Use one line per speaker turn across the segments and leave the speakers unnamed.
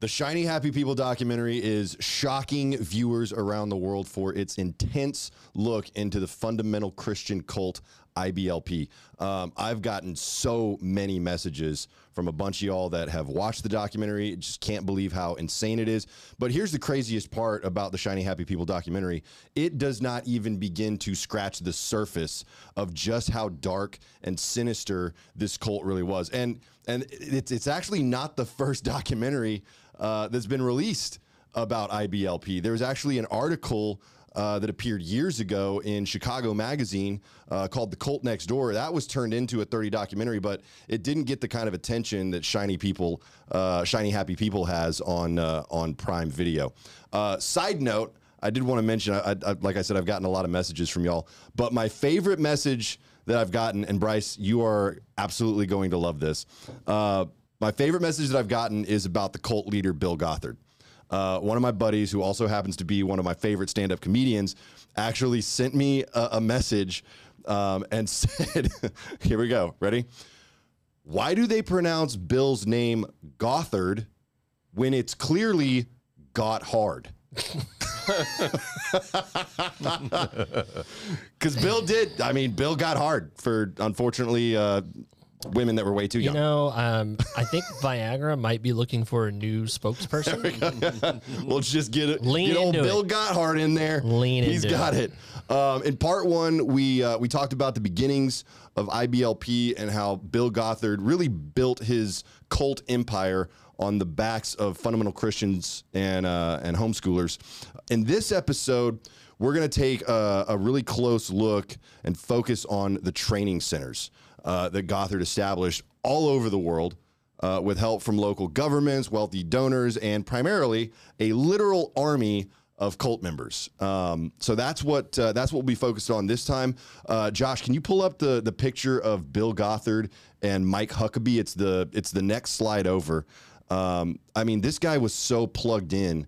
The Shiny Happy People documentary is shocking viewers around the world for its intense look into the fundamental Christian cult IBLP. Um, I've gotten so many messages from a bunch of y'all that have watched the documentary. Just can't believe how insane it is. But here's the craziest part about the Shiny Happy People documentary it does not even begin to scratch the surface of just how dark and sinister this cult really was. And, and it's, it's actually not the first documentary uh, that's been released about IBLP. There was actually an article uh, that appeared years ago in Chicago Magazine uh, called The Cult Next Door. That was turned into a 30 documentary, but it didn't get the kind of attention that Shiny People, uh, Shiny Happy People has on, uh, on Prime Video. Uh, side note, I did want to mention, I, I, like I said, I've gotten a lot of messages from y'all, but my favorite message that I've gotten, and Bryce, you are absolutely going to love this. Uh, my favorite message that I've gotten is about the cult leader Bill Gothard uh, one of my buddies, who also happens to be one of my favorite stand up comedians, actually sent me a, a message um, and said, Here we go. Ready? Why do they pronounce Bill's name Gothard when it's clearly got hard? Because Bill did. I mean, Bill got hard for, unfortunately, uh, women that were way too
You
young.
know, um, I think Viagra might be looking for a new spokesperson.
we'll just get it.
Lean
get old
into
Bill
it.
Gotthard in there.
Lean
He's
into
got it. Um, in part one, we uh, we talked about the beginnings of IBLP and how Bill Gothard really built his cult empire on the backs of fundamental Christians and uh, and homeschoolers. In this episode. We're going to take a, a really close look and focus on the training centers uh, that Gothard established all over the world uh, with help from local governments, wealthy donors, and primarily a literal army of cult members. Um, so that's what uh, that's what we'll be focused on this time. Uh, Josh, can you pull up the the picture of Bill Gothard and Mike Huckabee? It's the it's the next slide over. Um, I mean, this guy was so plugged in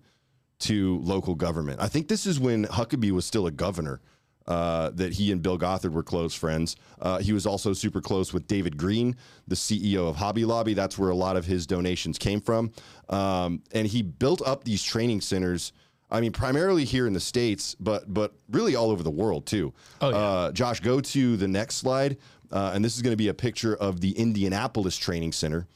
to local government. I think this is when Huckabee was still a governor. Uh, that he and Bill Gothard were close friends. Uh, he was also super close with David Green, the CEO of Hobby Lobby. That's where a lot of his donations came from. Um, and he built up these training centers. I mean, primarily here in the states, but but really all over the world too.
Oh, yeah.
uh, Josh, go to the next slide, uh, and this is going to be a picture of the Indianapolis Training Center.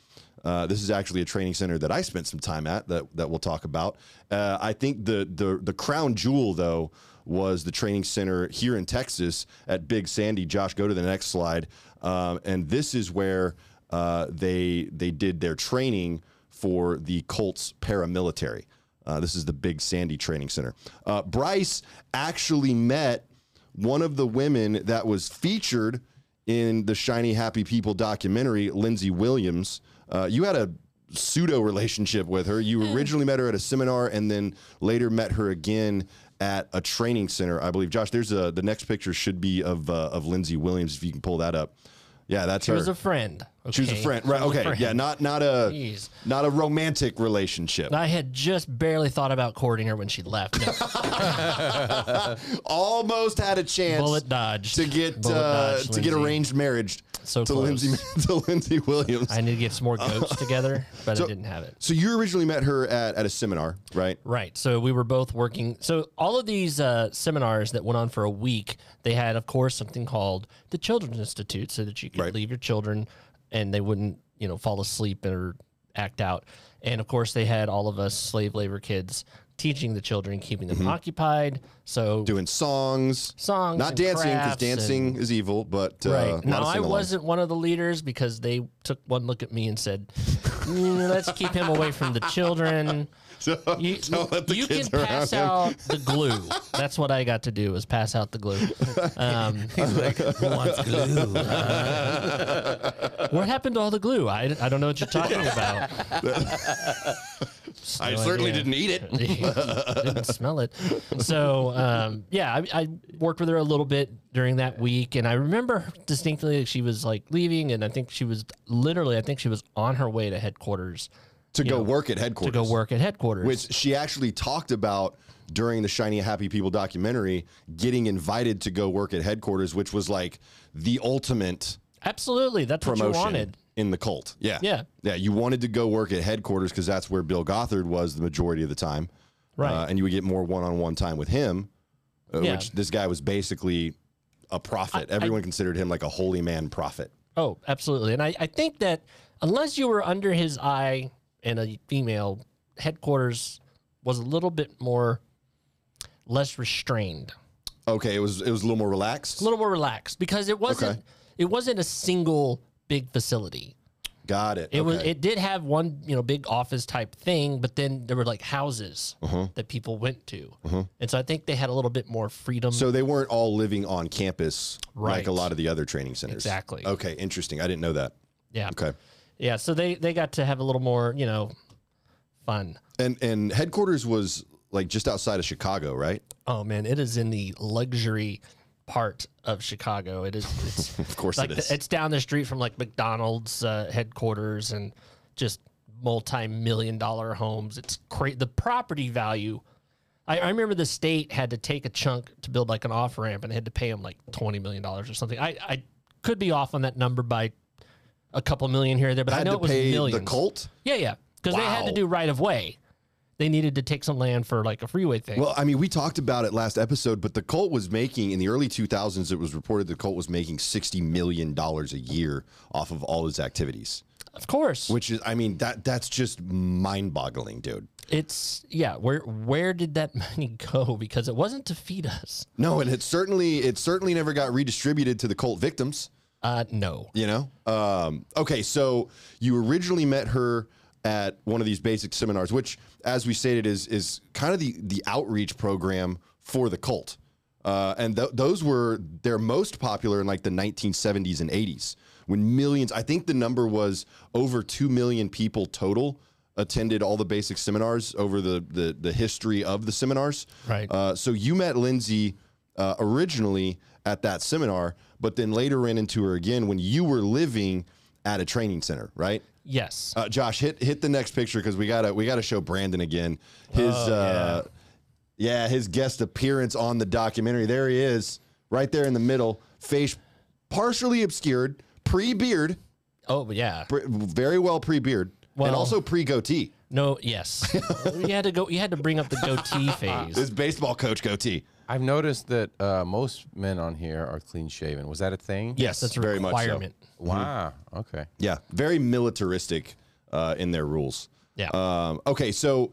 Uh, this is actually a training center that I spent some time at that, that we'll talk about. Uh, I think the, the the crown jewel though was the training center here in Texas at Big Sandy. Josh, go to the next slide, um, and this is where uh, they they did their training for the Colts paramilitary. Uh, this is the Big Sandy Training Center. Uh, Bryce actually met one of the women that was featured in the Shiny Happy People documentary, Lindsay Williams. Uh, you had a pseudo relationship with her.
Hmm.
You originally met her at a seminar and then later met her again at a training center, I believe. Josh, there's a the next picture should be of uh, of Lindsay Williams if you can pull that up. Yeah, that's
She was
her.
a friend.
she was a
okay?
friend, right?
She was a
Okay,
friend.
yeah, not not a
Jeez.
not a romantic relationship.
I had just barely thought about courting her when she left. No,
Almost had a chance.
bullet dodged.
to get
Bullet
uh,
dodged,
to get
Lindsay.
arranged marriage
So
to
close.
Lindsay to Lindsay Williams.
I need to get some more goats together, but I didn't have it.
so you originally met her at, at a seminar, right?
Right. So we were both working. So all of these uh, seminars that went on for a week, they had, of course, something called the Children's Institute, so that you could
Right.
leave your children and they wouldn't, you know, fall asleep or act out. And of course, they had all of us slave labor kids teaching the children, keeping them occupied. So
Doing songs,
songs,
Mm-hmm. not
and
dancing because
crafts and-
dancing is evil, but uh, a lot
Right.
of
Now, I
sing-alongs.
wasn't one of the leaders because they took one look at me and said, "Mm, let's keep him away from the children. you
don't let the
you
kids
can
around
pass
him.
out the glue. That's what I got to do is pass out the glue. Um, what happened to all the glue? I, I don't know what you're talking about.
I
no
certainly
idea.
didn't eat it.
didn't smell it. So um, yeah, I, I worked with her a little bit during that week, and I remember distinctly that she was like leaving, and I think she was literally, I think she was on her way to headquarters
To go
know,
work at
to
headquarters.
go work at headquarters.
which she actually talked about during the Shiny Happy People documentary, getting invited to go work at headquarters, which was like the ultimate
Absolutely, that's what
promotion.
you wanted.
in the cult. Yeah.
Yeah.
Yeah. You wanted to go work at headquarters because that's where Bill Gothard was the majority of the time.
Right.
Uh, and you would get more one on one time with him, uh,
Yeah.
which this guy was basically a prophet. Everyone considered him like a holy man prophet.
Oh, absolutely. And I, I think that unless you were under his eye and a female, headquarters was a little bit more less restrained,
Okay. It was, it was a little more relaxed.
a little more relaxed because it wasn't
Okay.
it wasn't a single big facility.
Got it.
It was
Okay.
it did have one, you know, big office type thing, but then there were like houses
Uh-huh.
that people went to. And so I think they had a little bit more freedom.
So they weren't all living on campus like
Right.
a lot of the other training centers.
Exactly.
Okay, interesting. I didn't know that.
yeah.
Okay.
Yeah, so they they got to have a little more, you know, fun.
And and headquarters was like just outside of Chicago, right?
Oh man, it is in the luxury part of Chicago. It is. It's,
Of course
like
it is.
the- it's down the street from like McDonald's uh, headquarters and just multi-million dollar homes. It's cra- the property value. I, I remember the state had to take a chunk to build like an off ramp, and they had to pay them like twenty million dollars or something. I, I could be off on that number by a couple million here or there, but I,
had
know
to
it was
pay
millions.
the cult.
Yeah, yeah, because they had to
Wow.
do right of way. They needed to take some land for like a freeway thing.
Well, I mean, we talked about it last episode, but the cult was making in the early 2000s. It was reported the cult was making 60 million dollars a year off of all his activities,
of course.
which is, I mean, that that's just mind-boggling, dude.
It's yeah. Where where did that money go? Because it wasn't to feed us.
No, and it certainly it certainly never got redistributed to the cult victims.
Uh, no.
you know um, okay so you originally met her at one of these basic seminars which as we stated is is kind of the the outreach program for the cult uh, and th- those were their most popular in like the 1970s and 80s when millions i think the number was over 2 million people total attended all the basic seminars over the the, the history of the seminars
Right.
uh, so you met Lindsay uh, originally at that seminar, but then later ran into her again when you were living at a training center, right?
Yes.
Uh, Josh, hit hit the next picture because we gotta we gotta show Brandon again. His uh, yeah. his guest appearance on the documentary. There he is, right there in the middle, face partially obscured, pre beard,
oh yeah.
very well pre beard,
Well-
and also pre goatee.
No. Yes. you had to go. You had to bring up the goatee phase.
His baseball coach goatee.
I've noticed that uh, most men on here are clean shaven. Was that a thing?
Yes,
That's a
very much so.
requirement.
Wow. Okay.
Yeah, very militaristic uh, in their rules.
Yeah.
Um, okay, so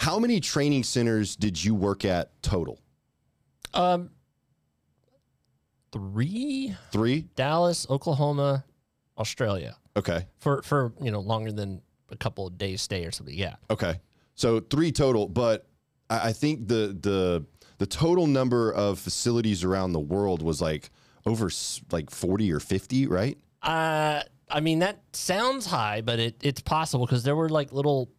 how many training centers did you work at total?
Um. Three
Three.
Dallas, Oklahoma, Australia
Okay.
for for you know longer than a couple of days stay or something. Yeah.
Okay. So three total, but I, I think the the the total number of facilities around the world was like over s- like forty or fifty, right?
Uh, I mean that sounds high, but it, it's possible because there were like little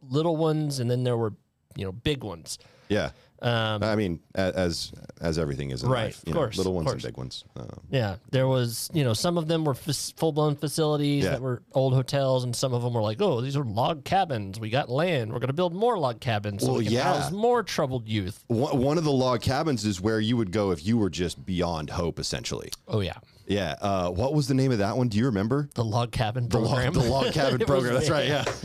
little ones, and then there were you know big ones.
Yeah.
Um,
I mean, a- as as everything is in
Right,
life,
of
you know,
course,
little
of
ones
course.
and big ones. Um,
yeah, there was you know some of them were f- full blown facilities
Yeah.
that were old hotels, and some of them were like, oh, these are log cabins. We got land. We're gonna build more log cabins. So
Well,
we can
yeah.
house more troubled youth.
one one of the log cabins is where you would go if you were just beyond hope, essentially.
Oh yeah,
Yeah. Uh, what was the name of that one? Do you remember?
the log cabin
The log,
program.
the log cabin
It was
program. That's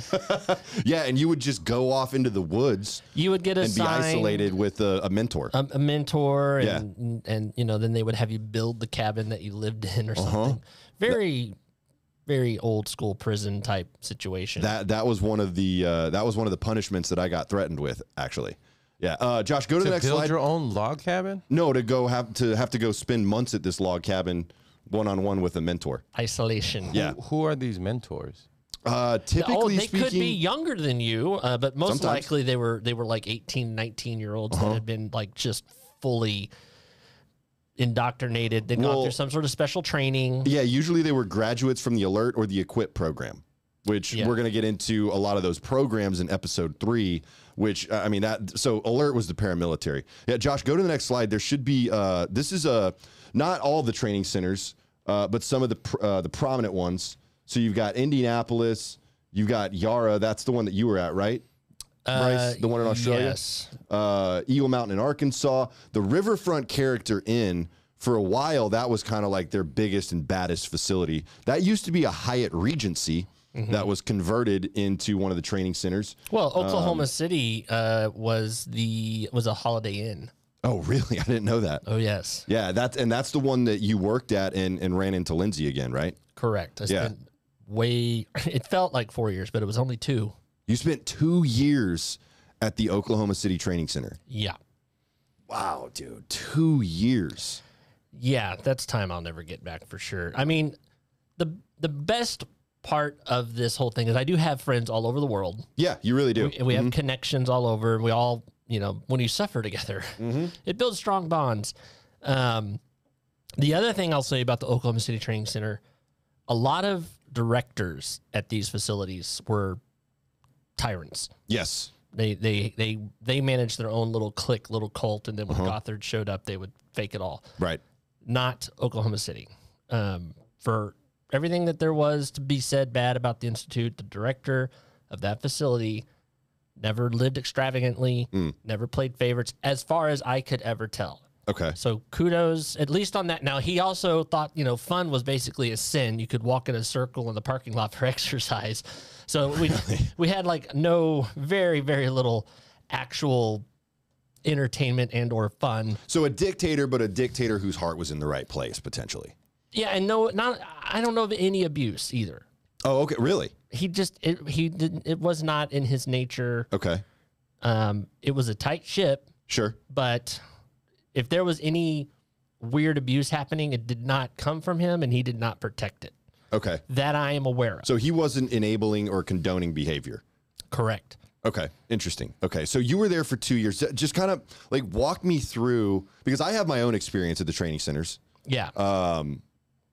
big.
right. Yeah. yeah. And you would just go off into the woods
You would get
and be
assigned
isolated with a, a mentor.
a, a mentor
Yeah. Uh-huh.
and and you know then they would have you build the cabin that you lived in or something very very old school prison type situation
that that was one of the uh, that was one of the punishments that I got threatened with actually. Yeah. Uh, Josh, go to the
To
next
build
slide.
your own log cabin?
no, to go have to have to go spend months at this log cabin one on one with a mentor.
isolation
Yeah.
Who- Who are these mentors?
Uh, typically
oh they
speaking,
could be younger than you uh, but most
Sometimes. Uh-huh.
likely they were they were like 18 19 year olds that had been like just fully indoctrinated they had gone
Well-
through some sort of special training
Yeah, usually they were graduates from the Alert or the Equip program, which
Yeah.
we're going to get into a lot of those programs in episode three. Which uh, I mean, that so Alert was the paramilitary. Yeah, Josh, go to the next slide. There should be uh, this is a not all the training centers, uh, but some of the pr- uh, the prominent ones. So you've got Indianapolis, you've got Yara. That's the one that you were at, right?
Uh,
Bryce, the one in Australia?
yes
uh, Eagle Mountain in Arkansas, the Riverfront Character Inn, for a while, that was kind of like their biggest and baddest facility. That used to be a Hyatt Regency
Mm-hmm.
that was converted into one of the training centers.
Well, Oklahoma City uh, was the was a Holiday Inn.
Oh, really? I didn't know that.
Oh yes,
Yeah, that's and that's the one that you worked at and, and ran into Lindsay again, right?
correct. I
Yeah.
spent way. It felt like four years, but it was only two.
You spent two years at the Oklahoma City Training Center.
Yeah,
Wow, dude, two years.
yeah. That's time I'll never get back for sure. I mean, the the best part of this whole thing is I do have friends all over the world.
Yeah, Mm-hmm. you really do.
we, we have connections all over and we all you know when you suffer together it builds strong bonds um, the other thing i'll say about the oklahoma city training center a lot of directors at these facilities were tyrants
Mm-hmm. Yes.
they they they they managed their own little clique little cult and then when gothard showed up they would fake it all
Right.
not Oklahoma City. Um, for everything that there was to be said bad about the institute, the director of that facility never lived extravagantly, never played favorites, as far as I could ever tell.
Okay.
So kudos, at least on that. Now he also thought you know fun was basically a sin. You could walk in a circle in the parking lot for exercise. So we we had like no very very little actual entertainment and or fun
So a dictator, but a dictator whose heart was in the right place, potentially.
Yeah, and no, not I don't know of any abuse either.
Oh, okay. Really?
He just it, he didn't. It was not in his nature.
Okay.
Um, it was a tight ship,
Sure.
but if there was any weird abuse happening, it did not come from him, and he did not protect it.
Okay.
That I am aware of.
So he wasn't enabling or condoning behavior.
Correct.
Okay, interesting. Okay, so you were there for two years. Just kind of like walk me through because I have my own experience at the training centers,
Yeah,
Uh,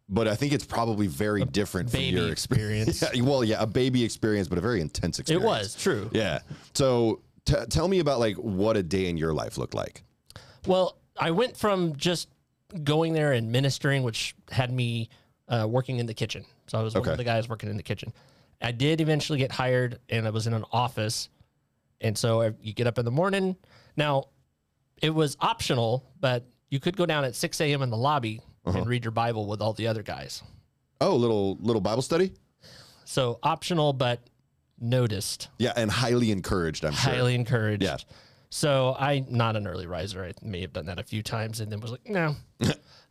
but I think it's probably very different from
baby
your experience.
experience.
Yeah, well, yeah, a baby experience, but a very intense
It
experience.
was true.
Yeah. So t- tell me about like what a day in your life looked like.
Well, I went from just going there and ministering, which had me uh, working in the kitchen. So I was one
Okay.
of the guys working in the kitchen. I did eventually get hired, and I was in an office. And so I- you get up in the morning. Now, it was optional, but you could go down at 6 a.m. in the lobby and read your Bible with all the other guys.
Oh, little little Bible study.
So optional, but noticed,
Yeah, and highly encouraged. I'm sure.
highly encouraged.
Yeah.
So I'm not an early riser. I may have done that a few times and then was like, no.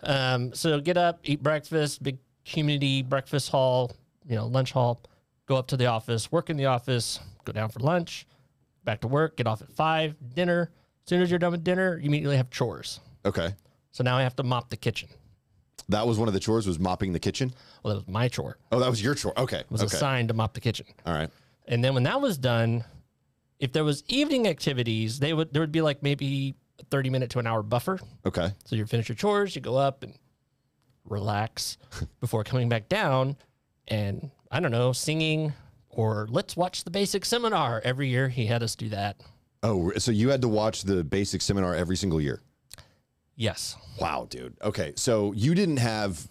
um, so get up, eat breakfast, big community breakfast hall, you know, lunch hall, go up to the office, work in the office, go down for lunch, back to work, get off at five, dinner. As soon as you're done with dinner, you immediately have chores.
Okay,
So now I have to mop the kitchen.
that was one of the chores was mopping the kitchen.
Well, that was my chore.
Oh, that was your chore. Okay,
I was
okay,
assigned to mop the kitchen.
all right.
And then when that was done, if there was evening activities, they would there would be like maybe a 30 minute to an hour buffer.
Okay,
So you finish your chores, you go up and relax before coming back down and I don't know, singing or let's watch the basic seminar. Every year he had us do that.
Oh, so you had to watch the basic seminar every single year.
Yes.
Wow, dude. Okay, so you didn't have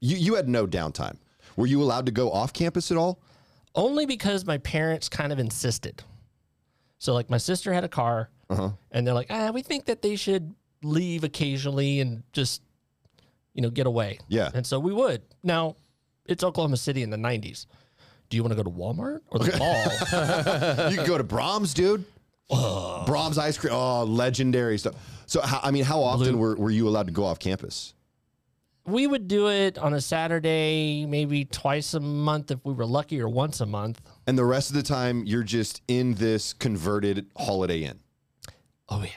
you you had no downtime. Were you allowed to go off campus at all?
Only because my parents kind of insisted. So like my sister had a car and they're like, ah, we think that they should leave occasionally and just, you know, get away.
Yeah.
And so we would. Now, it's Oklahoma City in the 90s. Do you want to go to Walmart or the mall?
You could go to Brahms, dude. Brahms ice cream. Oh, legendary stuff. So how, I mean, how often were, were you allowed to go off campus?
we would do it on a Saturday, maybe twice a month if we were lucky, or once a month.
And the rest of the time you're just in this converted Holiday Inn.
Oh yeah.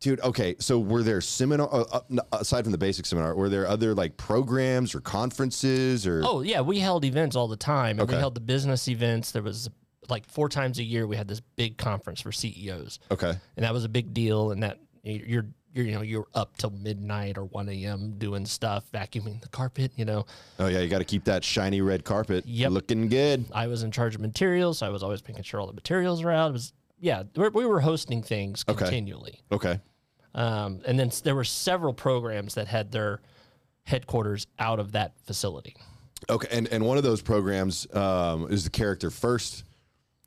Dude, okay. So were there seminar uh, uh, n- aside from the basic seminar, were there other like programs or conferences or
Oh yeah, we held events all the time, and we
Okay.
held the business events. There was like four times a year we had this big conference for CEOs,
Okay.
and that was a big deal. And that you're you're you know you're up till midnight or one a.m. doing stuff, vacuuming the carpet. You know,
Oh yeah, you got to keep that shiny red carpet
Yep.
looking good.
I was in charge of materials, so I was always making sure all the materials were out. It was yeah, we we were hosting things continually.
Okay.
Um, and then s- there were several programs that had their headquarters out of that facility.
Okay, and, and one of those programs um, is the character first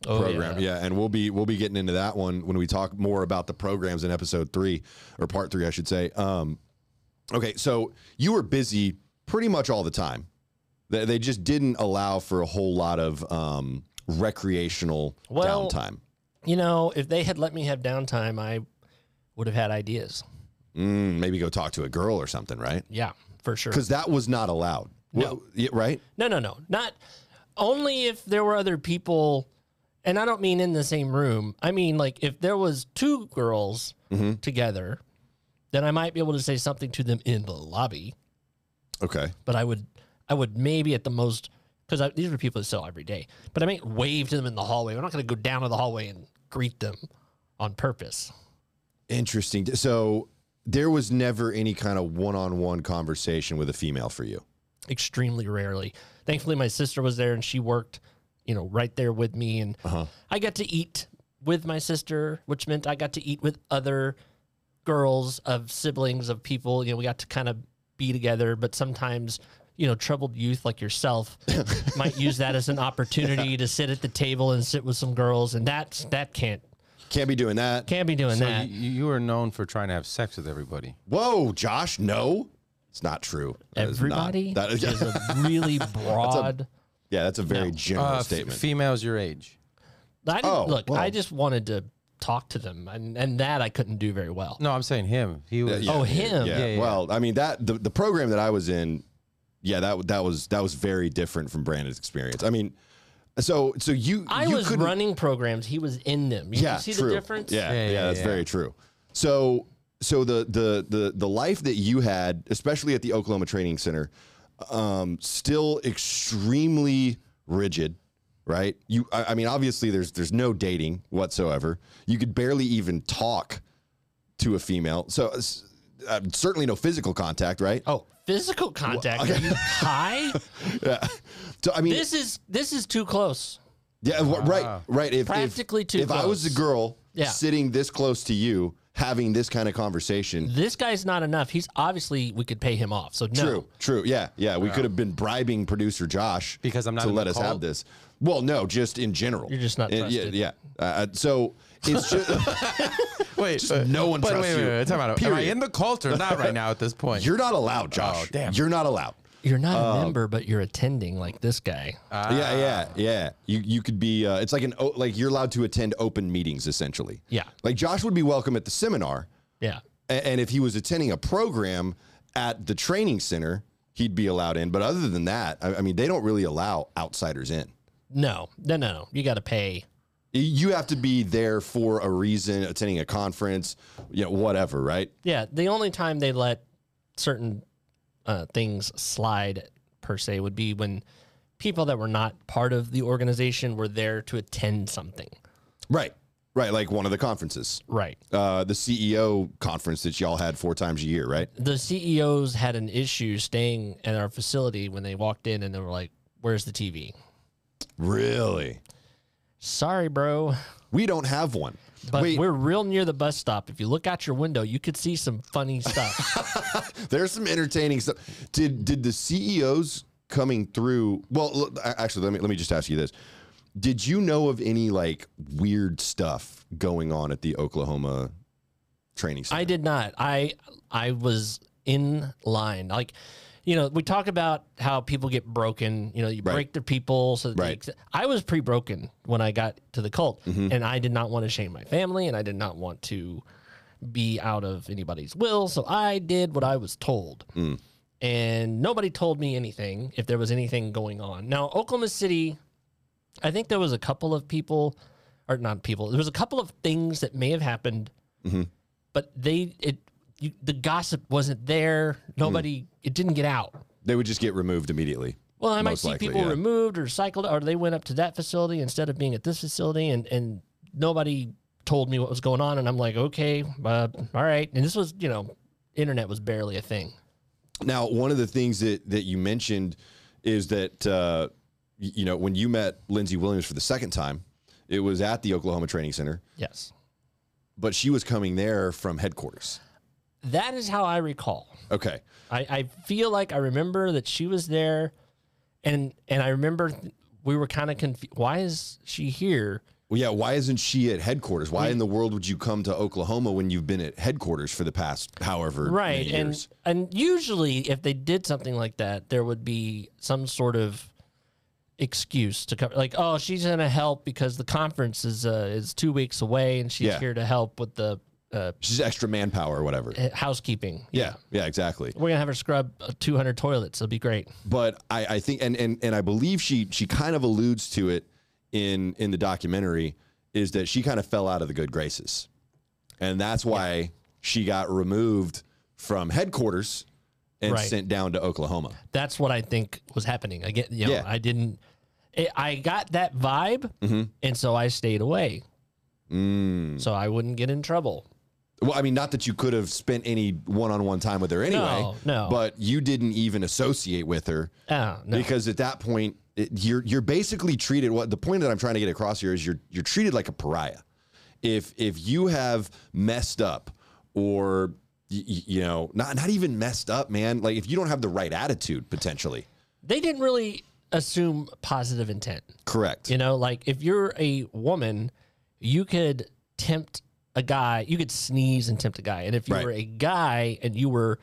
Oh,
program. Yeah. and we'll be we'll be getting into that one when we talk more about the programs in episode three or part three, I should say. Um, Okay, so you were busy pretty much all the time. They, they just didn't allow for a whole lot of um, recreational
Well-
downtime.
You know, if they had let me have downtime, I would have had ideas.
Mm, maybe go talk to a girl or something, right?
Yeah, for sure.
Because that was not allowed. Well, yeah, right?
No, no, no. Not only if there were other people, and I don't mean in the same room. I mean like if there was two girls
Mm-hmm.
together, then I might be able to say something to them in the lobby.
Okay.
But I would, I would maybe at the most because these are people that sell every day. But I might wave to them in the hallway. I'm not going to go down to the hallway and greet them on purpose.
Interesting. So there was never any kind of one on one conversation with a female for you.
extremely rarely. Thankfully, my sister was there and she worked, you know, right there with me, and I got to eat with my sister, which meant I got to eat with other girls of siblings of people. You know, we got to kind of be together, but sometimes. You know, troubled youth like yourself might use that as an opportunity to sit at the table and sit with some girls, and that's that can't
Can't be doing that.
can't be doing
So
that.
you, you are known for trying to have sex with everybody.
Whoa, Josh, no. It's not true. That is not-
Everybody
that is-
is a really broad.
yeah, that's a very general
Uh, f-
statement.
females your age.
I didn't,
Oh,
look,
well.
I just wanted to talk to them, and, and that I couldn't do very well.
No, I'm saying him. He was.
yeah.
Oh, him.
Yeah.
Yeah, yeah.
Well, I mean that the, the program that I was in, yeah, that that was that was very different from Brandon's experience. I mean, so so you
I
you
was
couldn't-
running programs; he was in them. You
Yeah,
see
true.
the difference?
Yeah, yeah,
Yeah, yeah,
that's
yeah.
very true. So so the the the the life that you had, especially at the Oklahoma Training Center, um, still extremely rigid. Right? You, I, I mean, obviously, there's there's no dating whatsoever. You could barely even talk to a female. So uh, s- uh, certainly no physical contact, right?
Oh, physical contact. Are you high?
Yeah. So I mean,
this is this is too close.
yeah, wh- right, right. If
Practically
if,
too
If I was a
close.
girl
Yeah.
sitting this close to you, having this kind of conversation,
This guy's not enough. He's obviously we could pay him off. So no.
true, true, yeah, yeah. We could have been bribing producer Josh
Because I'm not
to
in
let
the
us
call?
have this. Well, no, just in general. You're
just not
yeah,
trusted.
yeah. Uh, Uh, so it's just
Wait, uh,
no one
but
trusts
wait,
you.
Wait, wait, time out. Am I
Period.
in the cult or not right now at this point?
you're not allowed, Josh.
Oh, damn.
You're not allowed.
You're not a member, but you're attending like this guy.
Ah.
yeah, yeah, yeah. You you could be. Uh, it's like an o- like you're allowed to attend open meetings essentially.
Yeah.
Like Josh would be welcome at the seminar,
yeah.
A- and if he was attending a program at the training center, he'd be allowed in. But other than that, I, I mean, they don't really allow outsiders in.
No. No. No. no. You got to pay.
Y- You have to be there for a reason, attending a conference, you know, whatever, right?
Yeah. The only time they let certain uh, things slide per se would be when people that were not part of the organization were there to attend something.
Right, right. Like one of the conferences,
Right.
uh, the CEO conference that y'all had four times a year, right?
the CEOs had an issue staying at our facility when they walked in and they were like, "Where's the TV?"
Really?
Sorry, bro,
We don't have one.
but
Wait,
we're real near the bus stop. If you look out your window, you could see some funny stuff.
There's some entertaining stuff. Did did the CEOs coming through? Well, l- a- actually, let me let me just ask you this: Did you know of any like weird stuff going on at the Oklahoma training center?
I did not. I I was in line. Like, you know, we talk about how people get broken. You know, you
Right.
break the people. So that
Right.
they, I was pre-broken when I got to the cult, and I did not want to shame my family, and I did not want to be out of anybody's will. So I did what I was told. and nobody told me anything if there was anything going on. Now, Oklahoma City, I think there was a couple of people, or not people, there was a couple of things that may have happened, but they, it, you, the gossip wasn't there. Nobody, it didn't get out.
They would just get removed immediately.
Well, I might
Most
see
likely,
people
yeah.
removed or cycled, or they went up to that facility instead of being at this facility, and and nobody told me what was going on, and I'm like, okay, uh, all right. And this was, you know, internet was barely a thing.
Now, one of the things that that you mentioned is that uh, y- you know when you met Lindsey Williams for the second time, it was at the Oklahoma training center,
Yes,
but she was coming there from headquarters.
that is how I recall.
Okay,
I, I feel like I remember that she was there, and and I remember th- we were kind of confused. Why is she here?
Well, yeah, why isn't she at headquarters? Why in the world would you come to Oklahoma when you've been at headquarters for the past however
right
many
and
years?
and usually if they did something like that there would be some sort of excuse to come like oh she's going to help because the conference is uh, is 2 weeks away and she's
Yeah.
here to help with the uh,
She's extra manpower or whatever.
eh, housekeeping
Yeah, yeah, exactly.
we're going to have her scrub uh, 200 toilets it'll be great
But I, I think and, and and I believe she she kind of alludes to it in in the documentary is that she kind of fell out of the good graces. And that's why she got removed from headquarters and
Right.
sent down to Oklahoma.
that's what i think was happening again you know,
Yeah.
i didn't i i got that vibe and so i stayed away
Mm-hmm. Mm.
so i wouldn't get in trouble
Well, I mean, not that you could have spent any one-on-one time with her anyway.
No, no.
But you didn't even associate with her
oh no
because at that point, it, you're you're basically treated. What the point that I'm trying to get across here is you're you're treated like a pariah. If if you have messed up, or y- y- you know, not not even messed up, man. Like if you don't have the right attitude, potentially
they didn't really assume positive intent
correct.
You know, like if you're a woman, you could tempt a guy, you could sneeze and tempt a guy. And if you
Right.
were a guy and you were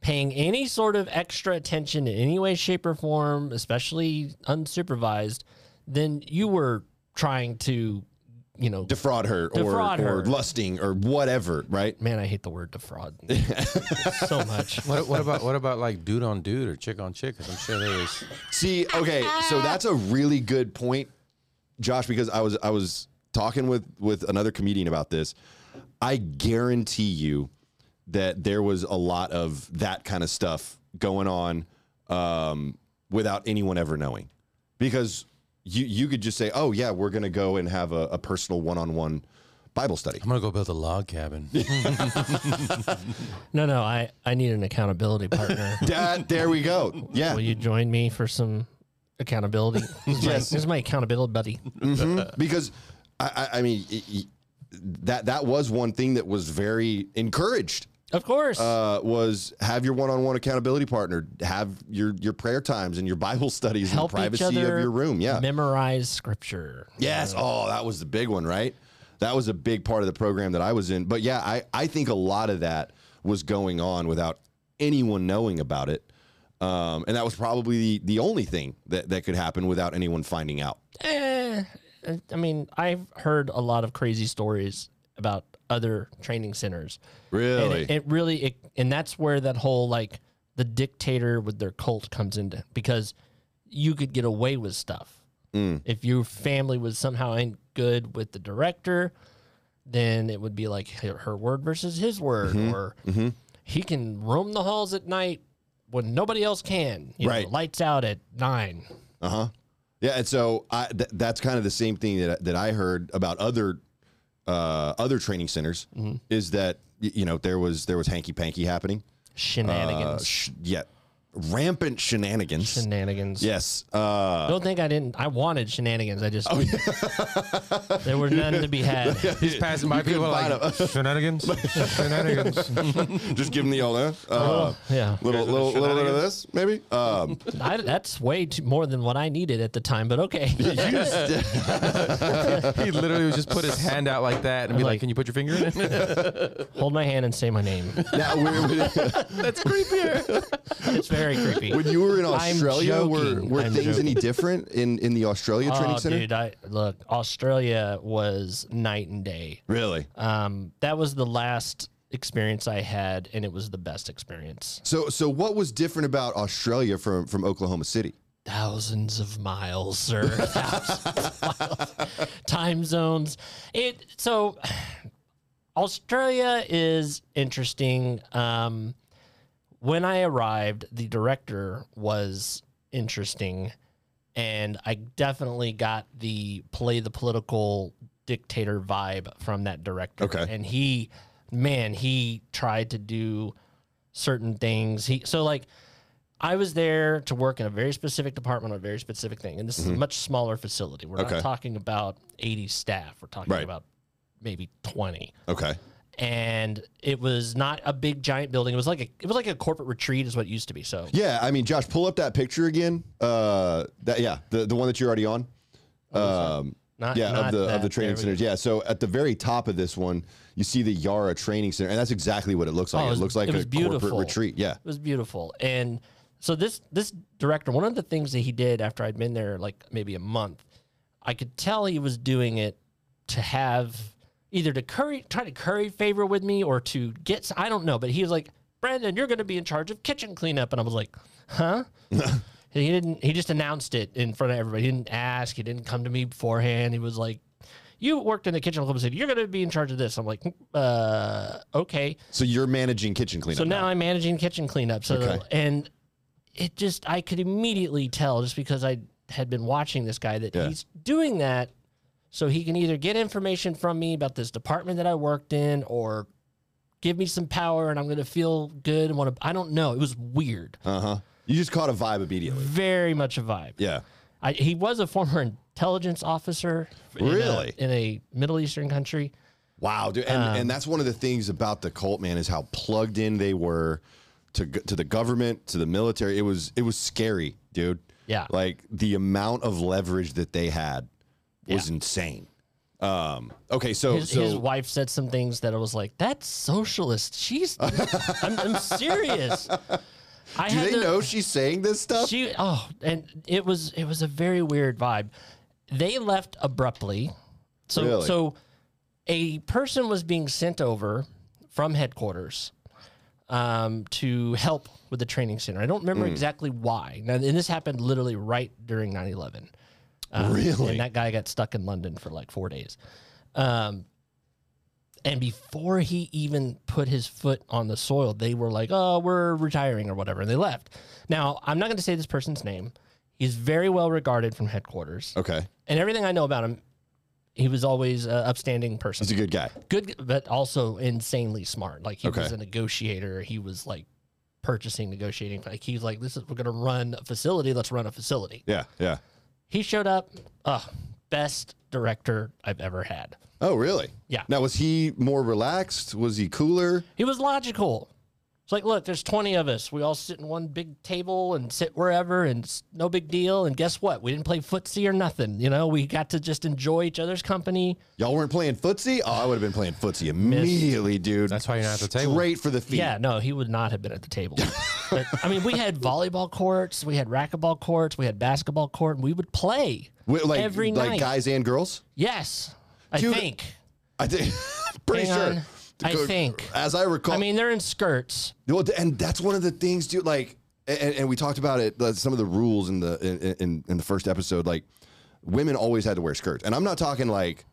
paying any sort of extra attention in any way, shape, or form, especially unsupervised, then you were trying to, you know,
defraud her
Defraud
or or
her.
lusting or whatever, right?
man, I hate the word defraud so much.
What, what about what about like dude on dude or chick on chick? 'Cause I'm sure there was.
See, okay, so that's a really good point, Josh, because I was I was talking with with another comedian about this. I guarantee you that there was a lot of that kind of stuff going on um, without anyone ever knowing, because you you could just say, "Oh yeah, we're gonna go and have a, a personal one on one Bible study."
I'm gonna go build a log cabin.
No, no, I, I need an accountability partner.
That there we go. Yeah,
Will you join me for some accountability? This is my-
Yes.
this is my accountability buddy.
Mhm. because I, I, I mean y- y- that that was one thing that was very encouraged
Of course.
uh, was have your one-on-one accountability partner, have your your prayer times and your Bible studies in the
help
privacy
each
of
other
your room. Yeah.
memorize scripture.
yes. Oh, that was the big one, right? That was a big part of the program that I was in. But yeah, I I think a lot of that was going on without anyone knowing about it. Um, and that was probably the, the only thing that, that could happen without anyone finding out.
Eh, I mean, I've heard a lot of crazy stories about other training centers. And
Really?
it, it really, it, and that's where that whole like the dictator with their cult comes into because you could get away with stuff
Mm.
if your family was somehow in good with the director. Then it would be like her her word versus his word,
Mm-hmm.
or he can roam the halls at night when nobody else can. You know,
Right.
lights out at nine.
Uh huh. Yeah, and so I, th- that's kind of the same thing that that I heard about other uh, other training centers is that y- you know there was there was hanky panky happening, uh,
shenanigans.
sh- yeah, rampant shenanigans.
shenanigans.
yes, uh,
Don't think I didn't. I wanted shenanigans. I
Oh,
just there were none to be had.
He's passing by people
buy
like shenanigans, shenanigans.
just give them the old uh, uh,
Yeah,
little little little bit of this maybe. Um,
I, that's way too, more than what I needed at the time. But okay,
he literally would just put his hand out like that and be like,
Like-
"Can you put your finger in it?"
hold my hand and say my name.
now, when,
It's very creepy.
when you were in
I'm
Australia, were
joking.
were
I'm
things
joking.
any different in in the Australia training
oh,
center?
dude, I look. Australia was night and day.
Really?
Um, that was the last experience I had, and it was the best experience.
So so what was different about Australia from from Oklahoma City?
thousands of miles, sir. Thousands of miles. Time zones. It so Australia is interesting. Um, when I arrived, the director was interesting, and I definitely got the play the political dictator vibe from that director.
Okay.
and he, man, he tried to do certain things. He so like I was there to work in a very specific department on a very specific thing, and this is a much smaller facility. We're
Mm-hmm. Okay.
not talking about 80 staff. We're talking
Right.
about maybe 20
Okay.
and it was not a big giant building. It was like a it was like a corporate retreat is what it used to be. So
Yeah, I mean, Josh, pull up that picture again. Uh, that yeah, the the one that you're already on. Um,
Oh, Not,
Yeah,
not
of the
that.
of the training
There we
centers. Yeah, so at the very top of this one, you see the Yara Training Center, and that's exactly what it looks like.
Oh, it
it,
was-
looks like
it
a
was
corporate
beautiful.
retreat. Yeah,
It was beautiful. And so this this director, one of the things that he did after I'd been there like maybe a month, I could tell he was doing it to have either to curry try to curry favor with me or to get s- I don't know, but he was like, "Brandon, you're going to be in charge of kitchen cleanup." And I was like, "Huh?" he didn't he just announced it in front of everybody. He didn't ask, he didn't come to me beforehand. He was like, you worked in the kitchen club and said, you're going to be in charge of this. I'm like, uh, okay.
so you're managing kitchen cleanup.
So now I'm managing kitchen cleanup. So
Okay.
and it just I could immediately tell just because I had been watching this guy that
Yeah.
he's doing that so he can either get information from me about this department that I worked in or give me some power and I'm going to feel good and want to I don't know. It was weird.
Uh huh. You just caught a vibe immediately.
Very much a vibe.
Yeah.
I, he was a former intelligence officer in a-
Really?
in a Middle Eastern country.
Wow, dude, and,
Um,
and that's one of the things about the cult man is how plugged in they were to g- to the government, to the military. It was it was scary, dude.
Yeah.
like the amount of leverage that they had was insane. Um, okay, so
his,
so
his wife said some things that I was like, "That's socialist." She's, I'm, I'm serious. I
do
had
they
to-
know she's saying this stuff?
She, oh, and it was it was a very weird vibe. They left abruptly, so
Really?
so a person was being sent over from headquarters um, to help with the training center. I don't
Hmm.
remember exactly why. Now, and this happened literally right during 9-11. Um,
Really?
And that guy got stuck in London for like four days. Um, and before he even put his foot on the soil, they were like, oh, we're retiring or whatever. And they left. Now, I'm not going to say this person's name. He's very well regarded from headquarters.
okay,
And everything I know about him, he was always an upstanding person
he's a good guy.
good but also insanely smart like he
Okay.
was a negotiator he was like purchasing negotiating like he's like this is we're gonna run a facility let's run a facility
Yeah, yeah.
he showed up oh best director i've ever had
Oh, really?
Yeah.
Now was he more relaxed? Was he cooler?
he was logical it's like look there's 20 of us we all sit in one big table and sit wherever and it's no big deal and guess what we didn't play footsie or nothing you know we got to just enjoy each other's company
Y'all weren't playing footsie? Oh, I would have been playing footsie immediately, dude.
That's why you're not at the table.
Straight for the feet.
Yeah, no, he would not have been at the table. but I mean, we had volleyball courts, we had racquetball courts, we had basketball court, and we would play.
Wi- like
Every
like
night.
guys and girls.
Yes, I
Dude,
think.
I think pretty
Hang
sure.
on. I
Co-
think.
as I recall.
I mean, they're in skirts.
well, th- and that's one of the things, dude. Like, and, and we talked about it. like, Some of the rules in the in, in in the first episode, like women always had to wear skirts, and I'm not talking like,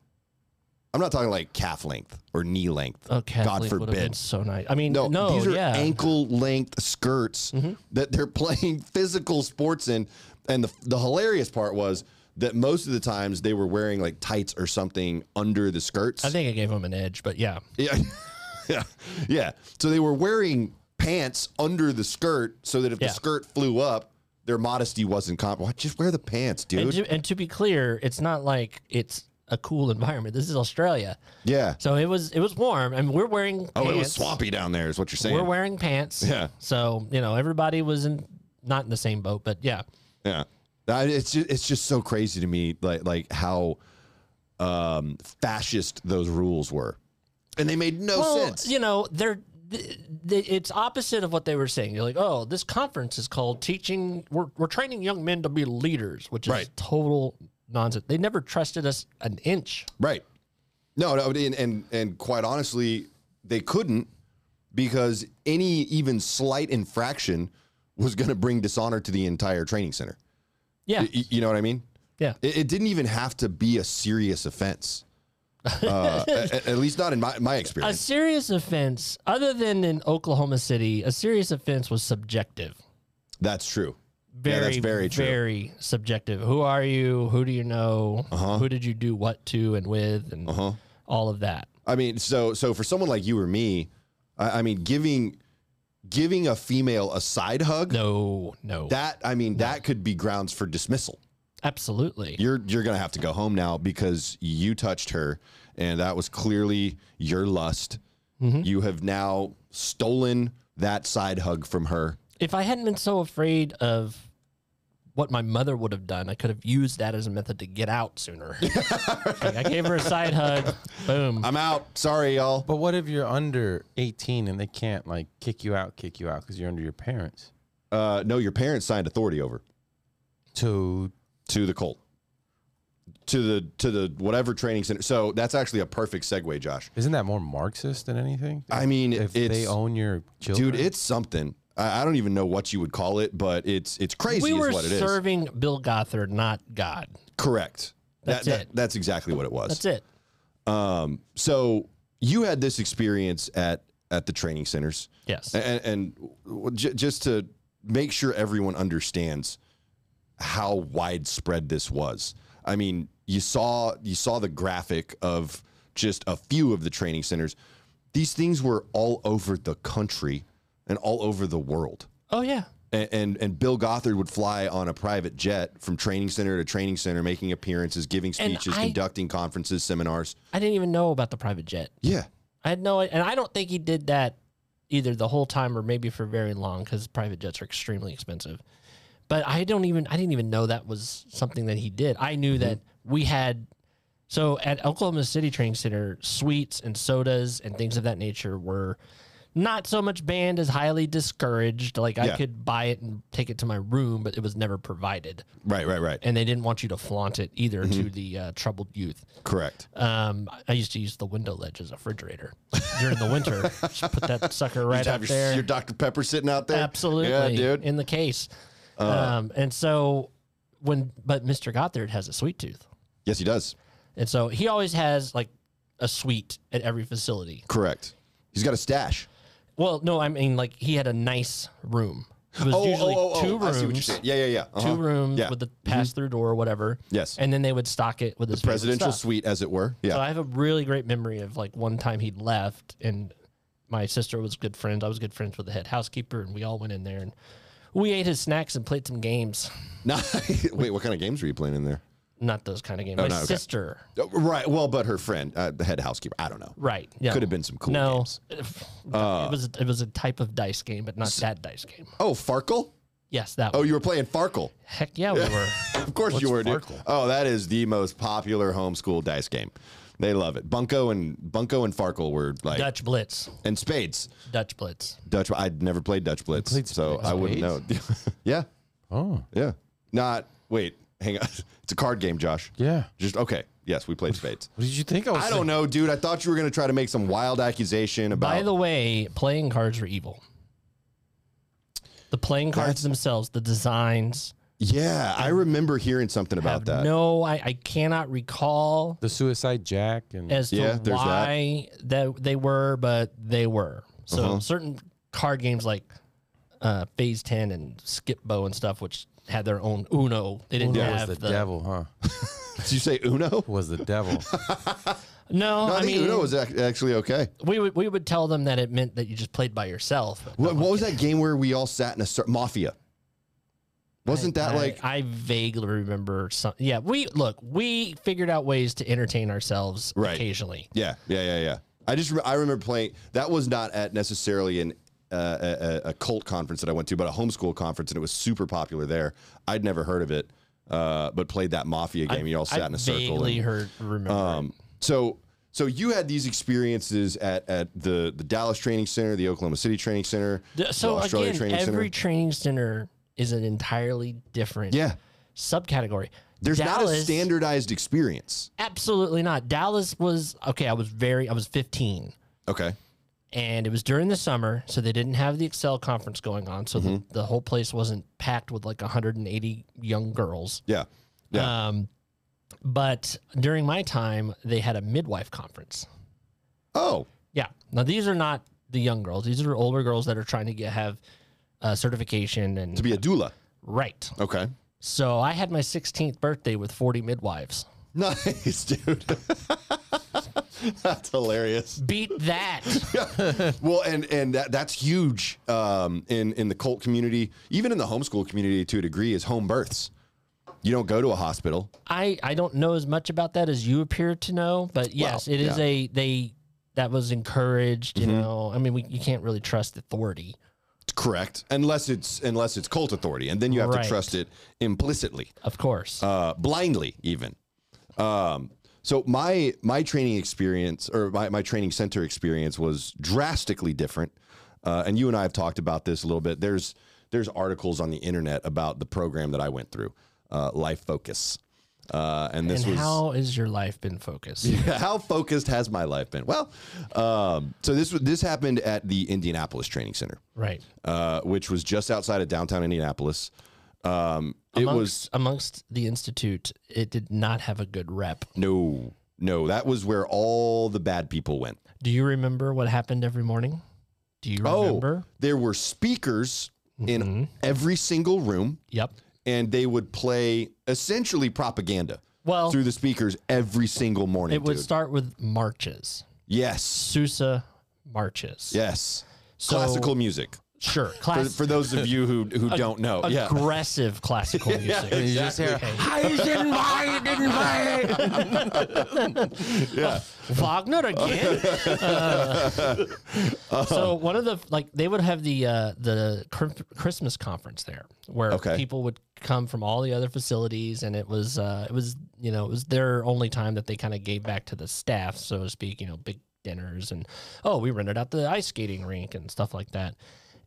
I'm not talking like calf length or knee length.
Oh, Kathleen
God
would have been
forbid.
so nice. I mean,
No,
no,
these are
yeah. Mm-hmm.
ankle length skirts that they're playing physical sports in. And the, the hilarious part was that most of the times they were wearing like tights or something under the skirts.
I think it gave him an edge, but yeah,
Yeah. yeah. Yeah. So they were wearing pants under the skirt so that if
Yeah.
the skirt flew up, their modesty wasn't comp. Why just wear the pants, dude?
and to, and to be clear, it's not like it's a cool environment. This is Australia,
yeah.
so it was it was warm, and we're wearing.
Oh, it was
pants.
swampy down there, is what you're saying.
We're wearing pants.
Yeah.
So you know, everybody was in not in the same boat, but yeah.
yeah. That- it's just, it's just so crazy to me, like like how um, fascist those rules were, and they made no
well,
sense.
You know, they're th- th- it's opposite of what they were saying. You're like, oh, this conference is called teaching. We're we're training young men to be leaders, which is
Right.
total nonsense. They never trusted us an inch.
Right. No, no, and and, and quite honestly, they couldn't because any even slight infraction was going to bring dishonor to the entire training center.
Yeah,
Y- y- You know what I mean?
yeah.
It, it didn't even have to be a serious offense. Uh, a- a- at, least not in my, my
A
experience.
serious offense, other than in Oklahoma City, a serious offense was subjective.
That's true.
Very,
that's very
very,
true.
subjective. Who are you? Who do you know?
Uh-huh.
Who did you do what to and with, and all of that.
I mean, so so for someone like you or me, I, I mean, giving giving a female a side hug
No, no,
that I mean that could be grounds for dismissal.
absolutely.
you're you're gonna have to go home now because you touched her and that was clearly your lust you have now stolen that side hug from her
if I hadn't been so afraid of what my mother would have done. I could have used that as a method to get out sooner. Like, I gave her a side hug. Boom.
I'm out. Sorry, y'all.
But what if you're under 18 and they can't like kick you out, kick you out because you're under your parents?
Uh, no, your parents signed authority over
To
to the Colt, to the to the whatever training center. So that's actually a perfect segue, Josh.
isn't that more Marxist than anything?
I mean,
if
it's
they own your children,
dude, it's something. I, I don't even know what you would call it, but it's it's crazy.
we
is
were
what it is.
serving Bill Gothard, not God.
Correct.
That's
that,
it.
That, that's exactly what it was.
That's it.
Um, so you had this experience at at the training centers,
Yes.
and, and w- j- just to make sure everyone understands how widespread this was. I mean, you saw you saw the graphic of just a few of the training centers. These things were all over the country and all over the world
Oh yeah.
and, and and Bill Gothard would fly on a private jet from training center to training center, making appearances, giving
And
speeches,
I-
conducting conferences, seminars.
I didn't even know about the private jet.
Yeah,
I had no, and I don't think he did that either the whole time or maybe for very long because private jets are extremely expensive. But I don't even, I didn't even know that was something that he did. I knew that we had, so at Oklahoma City Training Center, sweets and sodas and things of that nature were not so much banned as highly discouraged. Like I
Yeah.
could buy it and take it to my room, but it was never provided.
right, right, right.
And they didn't want you to flaunt it either to the uh, troubled youth.
Correct.
Um, I used to use the window ledge as a refrigerator during the winter. Just put that sucker right
Have
out
your,
there.
your Dr Pepper sitting out there.
Absolutely,
Yeah, dude. Uh.
in the case. um, and so when, but Mr. Gothard has a sweet tooth,
Yes, he does.
and so he always has like a sweet at every facility.
Correct. He's got a stash.
Well, no, I mean like he had a nice room. It
Oh,
was usually two
I see what you're
rooms,
saying. Yeah, yeah, yeah. Uh-huh.
two rooms
Yeah.
with the pass through door or whatever.
Yes.
and then they would stock it with his favorite
Presidential
stuff.
suite, as it were. Yeah.
So I have a really great memory of like one time he left and my sister was good friends. I was good friends with the head housekeeper and we all went in there and we ate his snacks and played some games.
Nice. Wait, what kind of games were you playing in there?
Not those kind of games. my
no, okay.
sister.
Oh, Right. Well, but her friend, uh, the head housekeeper. I don't know.
Right. Yeah.
Could have been some cool
No.
games. Uh.
it was it was a type of dice game, but not that dice game.
Oh, Farkle.
Yes, that
Oh,
one.
you were playing Farkle.
Heck yeah, we were.
Of course you were, dude.
Farkle?
Oh, that is the most popular homeschool dice game. They love it. Bunko and Bunko and Farkle were like
Dutch Blitz.
and Spades.
Dutch Blitz.
Dutch. I'd never played Dutch Blitz,
played
so
Spades?
I wouldn't know. yeah,
oh
yeah. Not wait. Hang on. It's a card game, Josh.
yeah.
Just okay. Yes, we played Spades.
What did you think I was?
I don't know, dude. I thought you were gonna try to make some wild accusation about.
By the way, playing cards were evil. The playing cards
That's-
themselves, the designs,
yeah, I remember hearing something about
have
that.
no I, I cannot recall
The Suicide Jack and
as to
Yeah, there's that.
why that. they were, but they were. So
Uh-huh.
certain card games like uh, Phase Ten and Skip Bow and stuff, which had their own Uno. They didn't
Uno was
have
the, devil, huh?
Did you say Uno?
Was the devil?
No,
I,
I
think
mean
Uno was ac- actually okay.
we would we would tell them that it meant that you just played by yourself.
What, what was that game where we all sat in a cer- mafia? Wasn't that
I-
like
I vaguely remember some? Yeah, we look. We figured out ways to entertain ourselves
Right.
occasionally.
Yeah, yeah, yeah, yeah. I just re- I remember playing. That was not at necessarily an uh, a, a cult conference that I went to, but a homeschool conference, and it was super popular there. I'd never heard of it, uh, but played that mafia game. you all sat
I
in a circle.
vaguely
And,
heard remember. it.
um, so so you had these experiences at at the the Dallas Training Center, the Oklahoma City Training Center,
The- so
the Australia
again,
Training
every
Center.
training center is an entirely different
Yeah,
subcategory.
there's not a
Dallas-
standardized experience.
Absolutely not. Dallas was okay. I was very. I was 15,
Okay,
and it was during the summer, so they didn't have the Excel conference going on, so
Mm-hmm.
the, the whole place wasn't packed with like 180 young girls.
yeah, yeah.
Um, but during my time, they had a midwife conference.
oh,
Yeah. Now these are not the young girls; these are older girls that are trying to get have uh, certification and
to be a doula.
right.
Okay,
So I had my 16th birthday with 40 midwives.
nice, dude. That's hilarious.
Beat that.
Well, and and that, that's huge um, in in the cult community, even in the homeschool community to a degree, is home births. You don't go to a hospital.
I, I don't know as much about that as you appear to know, but yes, it is
yeah. Mm-hmm.
a they that was encouraged, you know. I mean, we, you can't really trust authority.
correct unless it's unless it's cult authority and then you have
Right.
to trust it implicitly
Of course.
uh, blindly even. Um, so my my training experience or my, my training center experience was drastically different. Uh, and you and I have talked about this a little bit. There's there's articles on the internet about the program that I went through, uh, Life Focus, uh, and this
and
was
how has your life been focused?
how focused has my life been? Well, um, so this was- this happened at the Indianapolis Training Center,
Right.
uh, which was just outside of downtown Indianapolis. Um, it
amongst,
was
amongst the institute, it did not have a good rep.
No, no, that was where all the bad people went.
Do you remember what happened every morning? Do you
Oh,
remember?
there were speakers
Mm-hmm.
in every single room,
Yep.
and they would play essentially propaganda
Well,
through the speakers every single morning.
it would
dude.
start with marches,
yes,
Sousa marches.
yes,
So-
classical music.
Sure.
For,
Class,
for those of you who who don't know, yeah,
aggressive classical music.
You just hear,
yeah,
Wagner again. Uh, so one of the like they would have the uh, the cr- Christmas conference there, where
Okay.
people would come from all the other facilities, and it was uh, it was you know it was their only time that they kind of gave back to the staff, so to speak. You know, big dinners and oh, we rented out the ice skating rink and stuff like that.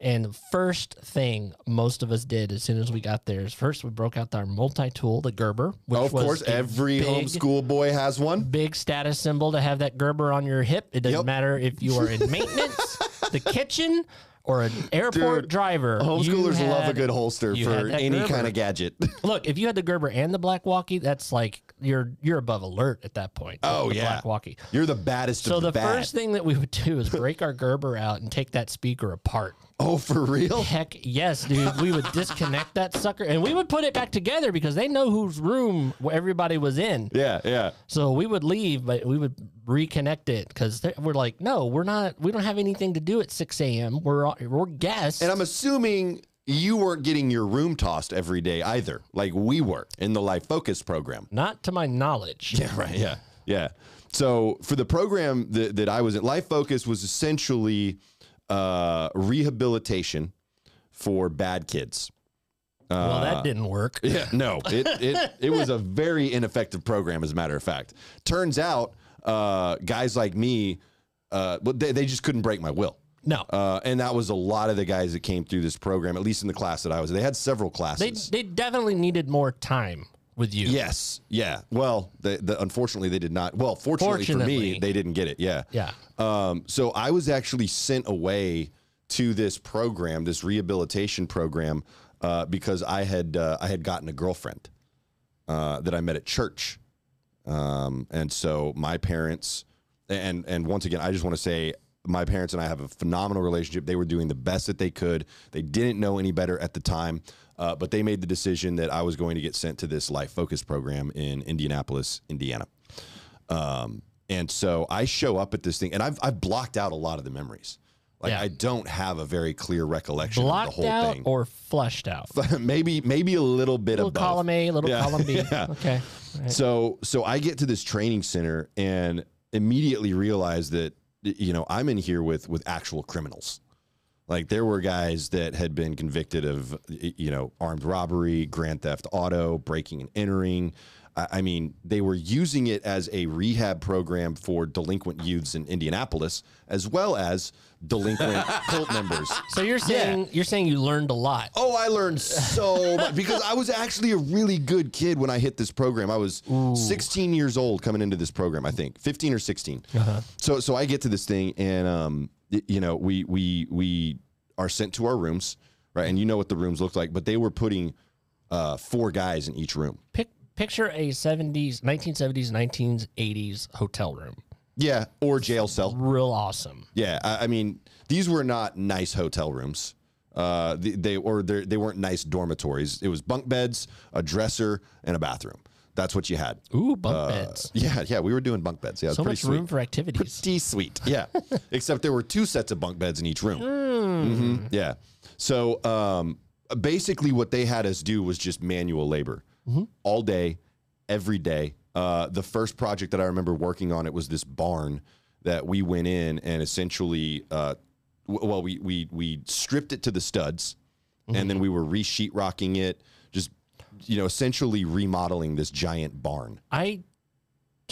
And the first thing most of us did as soon as we got there is first we broke out our multi tool, the Gerber. Which
Oh, of
was
course,
a
every
big-
homeschool boy has one.
big status symbol to have that Gerber on your hip. It doesn't
Yep.
matter if you are in maintenance, the kitchen, or an airport
Dude,
driver. you
Homeschoolers love a
had-
good holster
you
for
had that
any
Gerber.
kind of gadget.
Look, if you had the Gerber and the Black Walkie, that's like you're you're above alert at that point.
Oh,
the
yeah.
Black Walkie.
You're the baddest
So
of the,
the
bad.
first thing that we would do is break our Gerber out and take that speaker apart.
oh, for real?
Heck yes, dude. We would disconnect that sucker and we would put it back together because they know whose room everybody was in.
Yeah, yeah.
So we would leave, but we would reconnect it because we're like, no, we're not. We don't have anything to do at six a.m. We're all- we're guests.
And I'm assuming you weren't getting your room tossed every day either, like we were in the Life Focus program.
not to my knowledge.
Yeah, right. Yeah, yeah. So for the program that, that I was at, Life Focus was essentially uh, rehabilitation for bad kids.
well, that didn't work.
Yeah, no, it it it was a very ineffective program, as a matter of fact. Turns out, uh, guys like me, uh, but they, they just couldn't break my will.
No,
Uh, and that was a lot of the guys that came through this program, at least in the class that I was. They had several
they
classes.
they definitely needed more time with you.
yes, yeah. Well, they, the, unfortunately, they did not. Well, fortunately, for
Fortunately.
me, they didn't get it. Yeah.
Yeah.
Um, so I was actually sent away to this program, this rehabilitation program, uh, because I had uh, I had gotten a girlfriend uh, that I met at church, um, and so my parents and and once again, I just want to say my parents and I have a phenomenal relationship. They were doing the best that they could. They didn't know any better at the time, uh, but they made the decision that I was going to get sent to this life focus program in Indianapolis, Indiana. Um, and so I show up at this thing, and I've I've blocked out a lot of the memories. Like
Yeah.
I don't have a very clear recollection of
Blocked
the whole
out
thing.
or flushed out.
maybe maybe a little bit
little
of both.
column A, little
Yeah.
column B.
Yeah.
Okay. All right.
So so I get to this training center and immediately realize that you know I'm in here with with actual criminals. Like there were guys that had been convicted of you know armed robbery, grand theft auto, breaking and entering. I I mean, they were using it as a rehab program for delinquent youths in Indianapolis, as well as delinquent cult members.
So you're saying you're saying you learned a lot.
Oh, I learned so much because I was actually a really good kid when I hit this program. I was 16 years old coming into this program, I think 15 or 16. So, so I get to this thing, and um, y- you know, we we we are sent to our rooms, right? And you know what the rooms looked like, but they were putting uh, four guys in each room.
Pic- picture a 70s, 1970s, 1980s hotel room.
Yeah, or jail cell.
Real awesome.
Yeah, I, I mean, these were not nice hotel rooms. Uh, they, they or they're- they weren't nice dormitories. It was bunk beds, a dresser, and a bathroom. That's what you had.
Ooh, bunk beds.
Yeah, yeah, we were doing bunk beds. Yeah, it was
So
Uh, pretty
much
sweet.
room for activities.
Pretty sweet. Yeah, except there were two sets of bunk beds in each
Hmm.
room. Mhm, Yeah. So um, basically, what they had us do was just manual labor
Mm-hmm.
all day, every day. Uh, the first project that I remember working on it was this barn that we went in and essentially uh, w- well, we we we stripped it to the studs,
Mm-hmm.
and then we were re sheetrocking it, just you know, essentially remodeling this giant barn.
I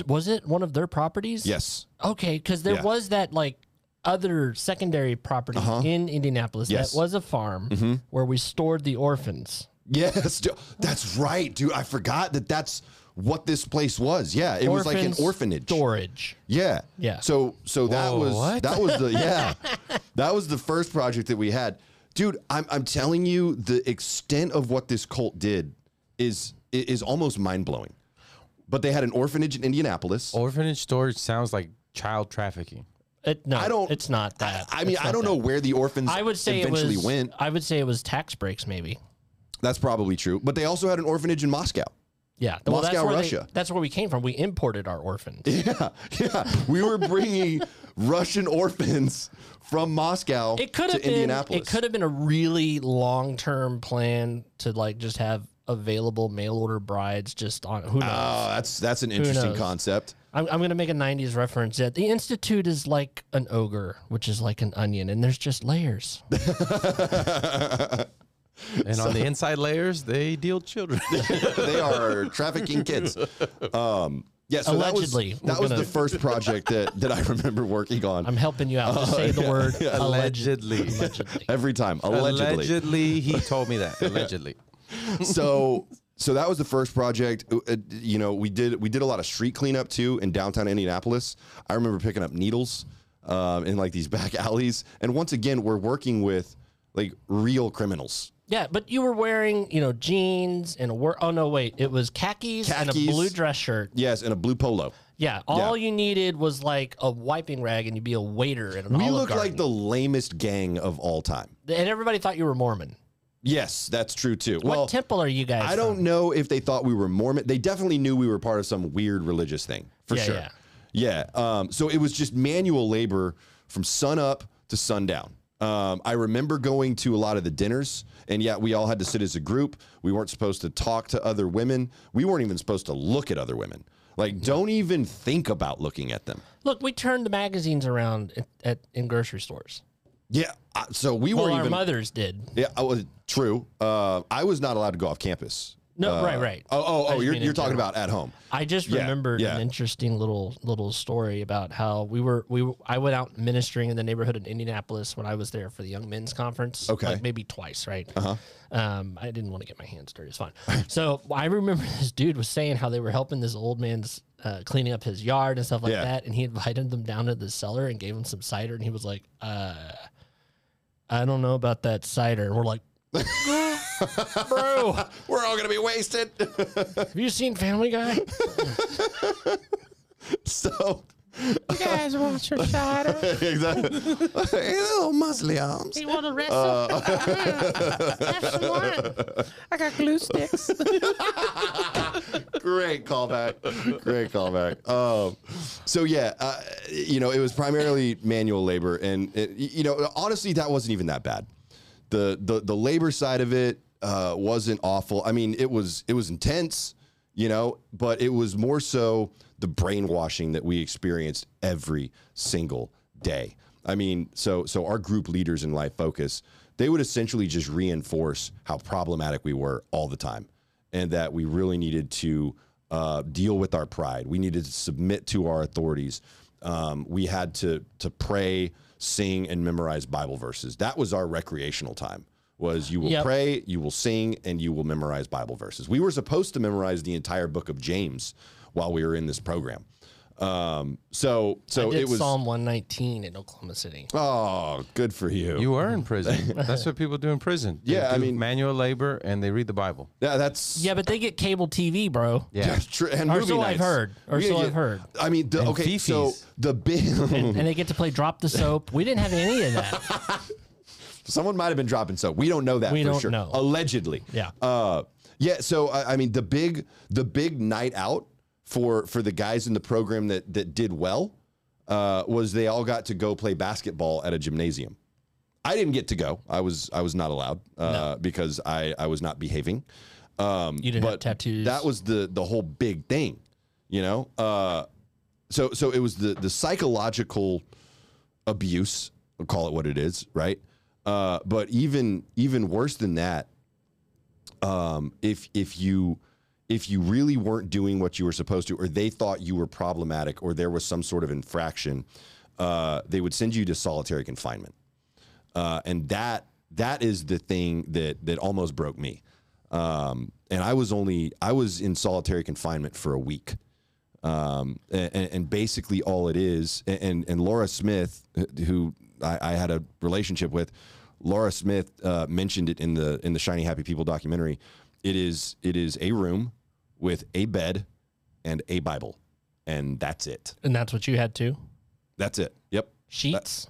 was it one of their properties?
Yes,
Okay, because there
Yeah. Uh-huh.
was that like other secondary property in Indianapolis
Yes. Mm-hmm.
that was a farm where we stored the orphans.
yes, dude, that's right, dude. I forgot that that's what this place was. Yeah, it was like an
Orphans
orphanage.
storage.
Yeah.
Yeah.
So so that
Whoa,
was
what?
that was the yeah. that was the first project that we had. Dude, I'm I'm telling you the extent of what this cult did is i- is almost mind-blowing. But they had an orphanage in
Oh,
Indianapolis.
Orphanage storage sounds like child trafficking.
It, no,
I don't-
It's not that.
I mean,
It's
I
not
don't
that.
know where the orphans
I would say it
eventually
was.
went.
I would say it was tax breaks, maybe.
That's probably true. But they also had an orphanage in Moscow.
Yeah,
Moscow,
that's where they-
Russia.
that's where we came from. We imported our orphans.
Yeah. Yeah. We were bringing Russian orphans from Moscow
It could
to
have been.
Indianapolis.
It could have been a really long term plan to like just have available mail order brides just on who knows.
Oh, that's that's an interesting
knows?
concept.
I'm, I'm gonna make a '90s reference. That the institute is like an ogre, which is like an onion, and there's just layers.
And on the inside layers, they deal children.
they are trafficking kids. Um, yeah, so
Allegedly,
that was, that
we're
was
gonna-
the first project that, that I remember working on
I'm helping you out.
Oh,
Just say the word allegedly.
Allegedly.
allegedly.
every time, allegedly.
Allegedly, he told me that. Allegedly.
So, so that was the first project. Uh, uh, You know, we did we did a lot of street cleanup too in downtown Indianapolis. I remember picking up needles um, in like these back alleys, and once again, we're working with like real criminals.
Yeah, but you were wearing, you know, jeans and a work. Oh no, wait, it was khakis, and
Khakis.
a blue dress shirt.
Yes, in a blue polo.
Yeah, all you needed was like a wiping rag, and you'd be a waiter at an
We
Olive
look
Garden.
like the lamest gang of all time.
and everybody thought you were Mormon.
Yes, that's true too. well,
what temple are you guys?
I don't know if they thought we were Mormon. They definitely knew we were part of some weird religious thing for
Yeah,
sure.
yeah.
Yeah. Um, so it was just manual labor from sun up to sundown. Um, I remember going to a lot of the dinners, and yet we all had to sit as a group. We weren't supposed to talk to other women. We weren't even supposed to look at other women. Like, don't even think about looking at them.
Look, we turned the magazines around at, at in grocery stores.
Yeah. I- So we
Well,
weren't
our
even.
mothers did.
yeah. I was true. Uh, I was not allowed to go off campus.
No,
Uh,
right, right.
Oh, oh,
I
oh!
just
You're,
mean in
you're talking
general.
about at home.
I just
Yeah,
remembered
yeah.
an interesting little little story about how we were we were, I went out ministering in the neighborhood in Indianapolis when I was there for the Young Men's Conference.
Okay. Uh-huh.
like maybe twice, right? Uh huh. Um, I didn't want to get my hands dirty. It's fine. so I remember this dude was saying how they were helping this old man's uh, cleaning up his yard and stuff like
Yeah.
that, and he invited them down to the cellar and gave them some cider, and he was like, uh, "I don't know about that cider." And we're like. Bro,
We're all gonna be wasted.
have you seen Family Guy?
so
You guys want your cider?
exactly. hey, little musley arms.
You want to wrestle? Have some wine. I got glue sticks.
Great callback. Great callback. Um, so yeah, uh, you know, it was primarily manual labor, and it, you know, honestly, that wasn't even that bad. The the the labor side of it uh, wasn't awful. I mean, it was it was intense, you know, but it was more so the brainwashing that we experienced every single day. I mean, so so our group leaders in Life Focus, they would essentially just reinforce how problematic we were all the time and that we really needed to uh, deal with our pride. We needed to submit to our authorities. Um, we had to to pray, sing, and memorize Bible verses. That was our recreational time. Was you will
Yep.
pray, you will sing, and you will memorize Bible verses. We were supposed to memorize the entire book of James while we were in this program. Um, so
I
so
did
it was.
Psalm 119 in Oklahoma City.
oh, good for you.
You are in prison. That's what people do in prison. They
Yeah, I
do
mean-
manual labor and they read the Bible.
yeah, that's
Yeah, but they get cable TV, bro.
Yeah.
tr- and
Or
movie
so I've
nights.
heard. Or
We
so
get-
I've heard.
I mean, the,
And
okay, so
fifis.
the big.
And they get to play Drop the Soap. We didn't have any of that.
Someone might have been dropping soap. We don't know that
We
for
don't
sure.
know.
Allegedly.
Yeah.
Uh, yeah. So I, I mean, the big the big night out for for the guys in the program that that did well uh, was they all got to go play basketball at a gymnasium. I didn't get to go. I was I was not allowed uh, because I I was not behaving. Um,
You didn't have
but
tattoos.
That was the the whole big thing, you know. Uh, so so it was the the psychological abuse call it what it is, right? Uh, but even even worse than that, um, if if you if you really weren't doing what you were supposed to, or they thought you were problematic, or there was some sort of infraction, uh, they would send you to solitary confinement, uh, and that that is the thing that that almost broke me. Um, and I was only I was in solitary confinement for a week um, and, and basically all it is. And and Laura Smith, who I, I had a relationship with, Laura Smith uh, mentioned it in the in the Shiny Happy People documentary. It is it is a room with a bed and a Bible, and that's it.
And that's what you had too.
That's it. Yep.
Sheets,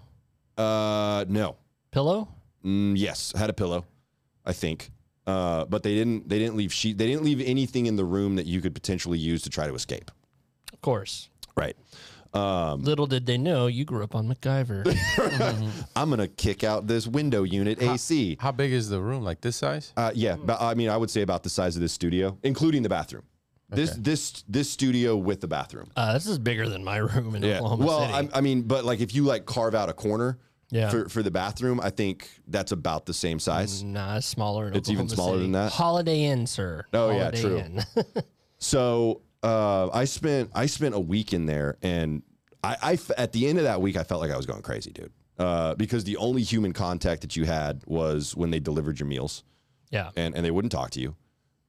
Uh, no.
pillow.
Mm, yes, had a pillow, I think. Uh, but they didn't. They didn't leave sheet. They didn't leave anything in the room that you could potentially use to try to escape.
Of course.
Right. Um,
Little did they know you grew up on MacGyver.
I'm gonna kick out this window unit AC.
How big is the room? Like this size?
Uh, yeah, but I mean, I would say about the size of this studio, including the bathroom. This this this studio with the bathroom.
uh, this is bigger than my room in Oklahoma
Well,
City.
I, I mean, but like if you like carve out a corner
Yeah.
for for the bathroom, I think that's about the same size.
Nah, it's smaller. in
It's even
Oklahoma
smaller
City.
than that?
Holiday Inn, sir.
Oh, yeah,
Holiday
true.
Inn.
So uh, I spent I spent a week in there, and I, I f- at the end of that week, I felt like I was going crazy, dude. Uh, because the only human contact that you had was when they delivered your meals.
yeah.
and, and they wouldn't talk to you.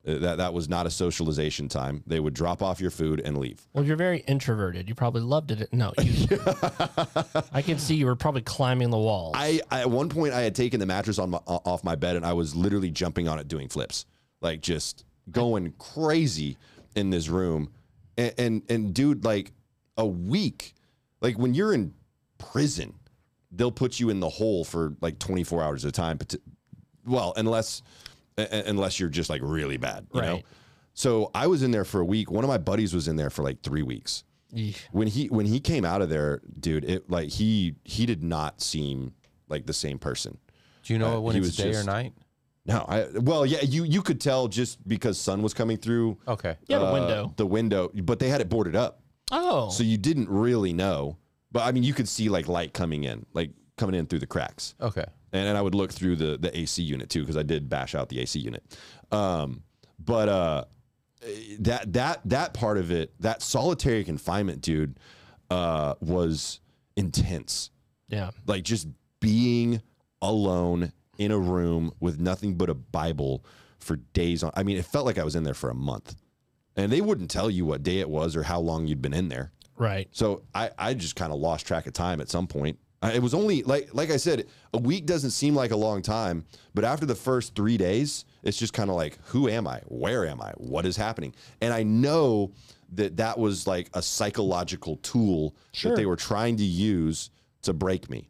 Uh, That that was not a socialization time. They would drop off your food and leave.
Well, you're very introverted. You probably loved it. No, you, I can see you were probably climbing the wall.
I, I at one point I had taken the mattress on my, o- off my bed and I was literally jumping on it doing flips, like just going crazy in this room. And and, and dude, like a week, like when you're in prison, they'll put you in the hole for like 24 hours at a time. But well, unless u- u- unless you're just like really bad, you know.
Right.
So I was in there for a week. One of my buddies was in there for like three weeks
Eesh.
when he when he came out of there, dude, it like he he did not seem like the same person.
Do you know
Uh,
when
he
it's
was
day or
just-
night?
No, I well, yeah, you you could tell just because sun was coming through
Okay.
you had a
uh,
window.
the window, but they had it boarded up,
Oh,
so you didn't really know. But I mean, you could see like light coming in, like coming in through the cracks,
Okay.
and, and I would look through the the AC unit too because I did bash out the AC unit. Um, but uh, that that that part of it, that solitary confinement, dude, uh, was intense
yeah.
like just being alone in a room with nothing but a Bible for days on. I mean, it felt like I was in there for a month. And they wouldn't tell you what day it was or how long you'd been in there.
Right.
So I, I just kind of lost track of time at some point. I, it was only like like I said, a week doesn't seem like a long time, but after the first three days, it's just kind of like, who am I? Where am I? What is happening? And I know that that was like a psychological tool
Sure.
that they were trying to use to break me.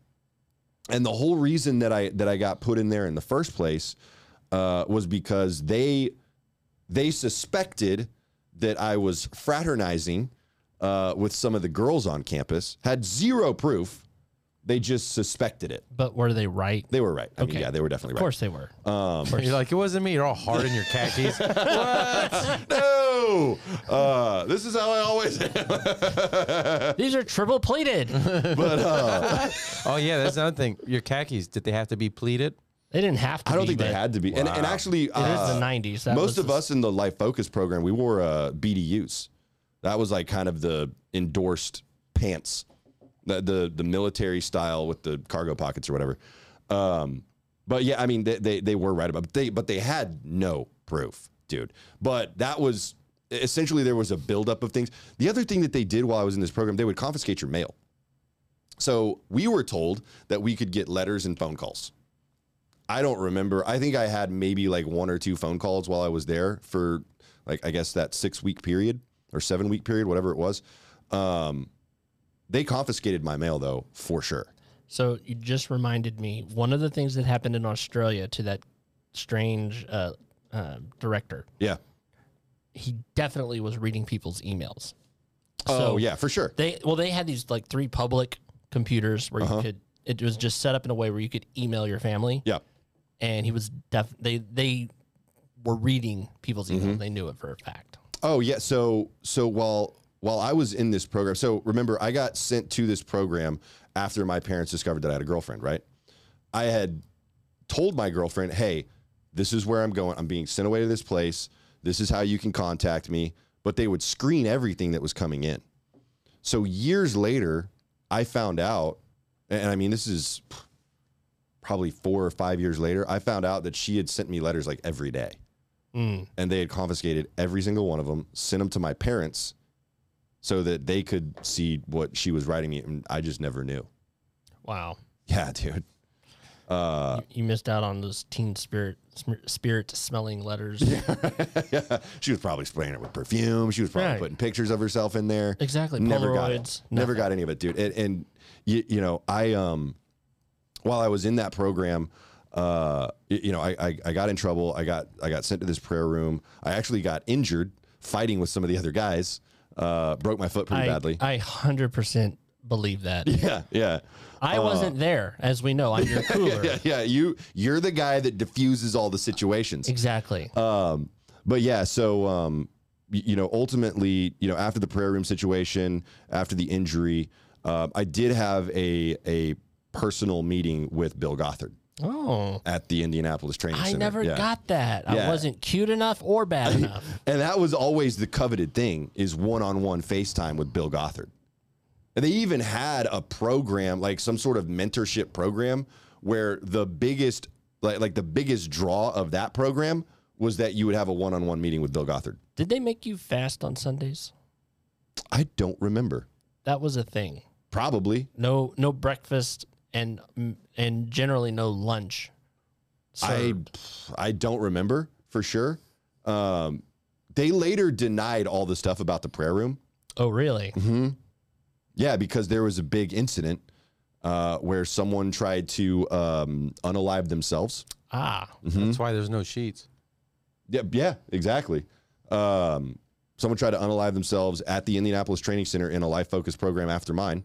And the whole reason that I that I got put in there in the first place uh, was because they they suspected that I was fraternizing uh, with some of the girls on campus. Had zero proof. They just suspected it.
But were they right?
They were right. Uh, I mean,
Okay.
yeah, they were definitely
Of course they were.
You're like, it wasn't me. You're all hard in your khakis.
right. No, uh, this is how I always am.
These are triple plated. they
oh, yeah. That's another thing. Your khakis, did they have to be pleated?
didn't have to.
I don't
be,
think they
but
had to be. And, and actually,
It is
uh,
the '90s. That
most
was
of us in the Life Focus program, we wore uh, BDUs. That was like kind of the endorsed pants, the the, the military style with the cargo pockets or whatever. Um, but yeah, I mean they, they they were right about but they but they had no proof, dude. But that was essentially there was a buildup of things. The other thing that they did while I was in this program, they would confiscate your mail. So we were told that we could get letters and phone calls. I don't remember. I think I had maybe like one or two phone calls while I was there for like I guess that six week period or seven week period, whatever it was. Um, they confiscated my mail though for sure.
So you just reminded me one of the things that happened in Australia to that strange uh, uh, director.
Yeah.
He definitely was reading people's emails.
Oh
So-
yeah, for sure.
They well, they had these like three public computers where
Uh-huh.
you could. It was just set up in a way where you could email your family.
Yeah.
and he was def. They they
Mm-hmm.
were reading people's emails. They knew it for a fact.
Oh yeah. So so while while I was in this program, so remember, I got sent to this program after my parents discovered that I had a girlfriend, right? I had told my girlfriend, hey, this is where I'm going. I'm being sent away to this place. This is how you can contact me. But they would screen everything that was coming in. So years later, I found out, and I mean, this is probably four or five years later, I found out that she had sent me letters like every day.
Mm,
And they had confiscated every single one of them, sent them to my parents so that they could see what she was writing me. And I just never knew.
Wow.
Yeah, dude. Uh,
you, you missed out on those teen spirit sm- spirit smelling letters.
yeah. She was probably spraying it with perfume. She was probably
Right.
putting pictures of herself in there.
Exactly.
Never got
Polaroids.
it. Never got any of it, dude. And, and you, you know, I um, while I was in that program, uh, y- you know, I, I I got in trouble. I got I got sent to this prayer room. I actually got injured fighting with some of the other guys. Uh, broke my foot pretty
I,
badly.
I 100% believe that.
yeah, yeah,
I wasn't there, as we know. I'm your cooler.
yeah, yeah. You you're the guy that diffuses all the situations.
Exactly.
Um, but yeah, so um, y- you know, ultimately, you know, after the prayer room situation, after the injury, um, I did have a a personal meeting with Bill Gothard
oh.
at the Indianapolis Training
I
Center.
never
Yeah.
got that.
Yeah.
I wasn't cute enough or bad enough.
and that was always the coveted thing is one-on-one FaceTime with Bill Gothard. And they even had a program, like some sort of mentorship program, where the biggest, like, like the biggest draw of that program was that you would have a one-on-one meeting with Bill Gothard.
Did they make you fast on Sundays?
I don't remember.
That was a thing.
Probably.
No, no breakfast and and generally no lunch.
I
served.
I don't remember for sure. Um, they later denied all the stuff about the prayer room.
oh really?
Mm-hmm. Yeah, because there was a big incident uh, where someone tried to um, unalive themselves. Mm-hmm.
Ah,
That's why there's no sheets.
Yeah, yeah, exactly. Um, someone tried to unalive themselves at the Indianapolis Training Center in a life focus program after mine.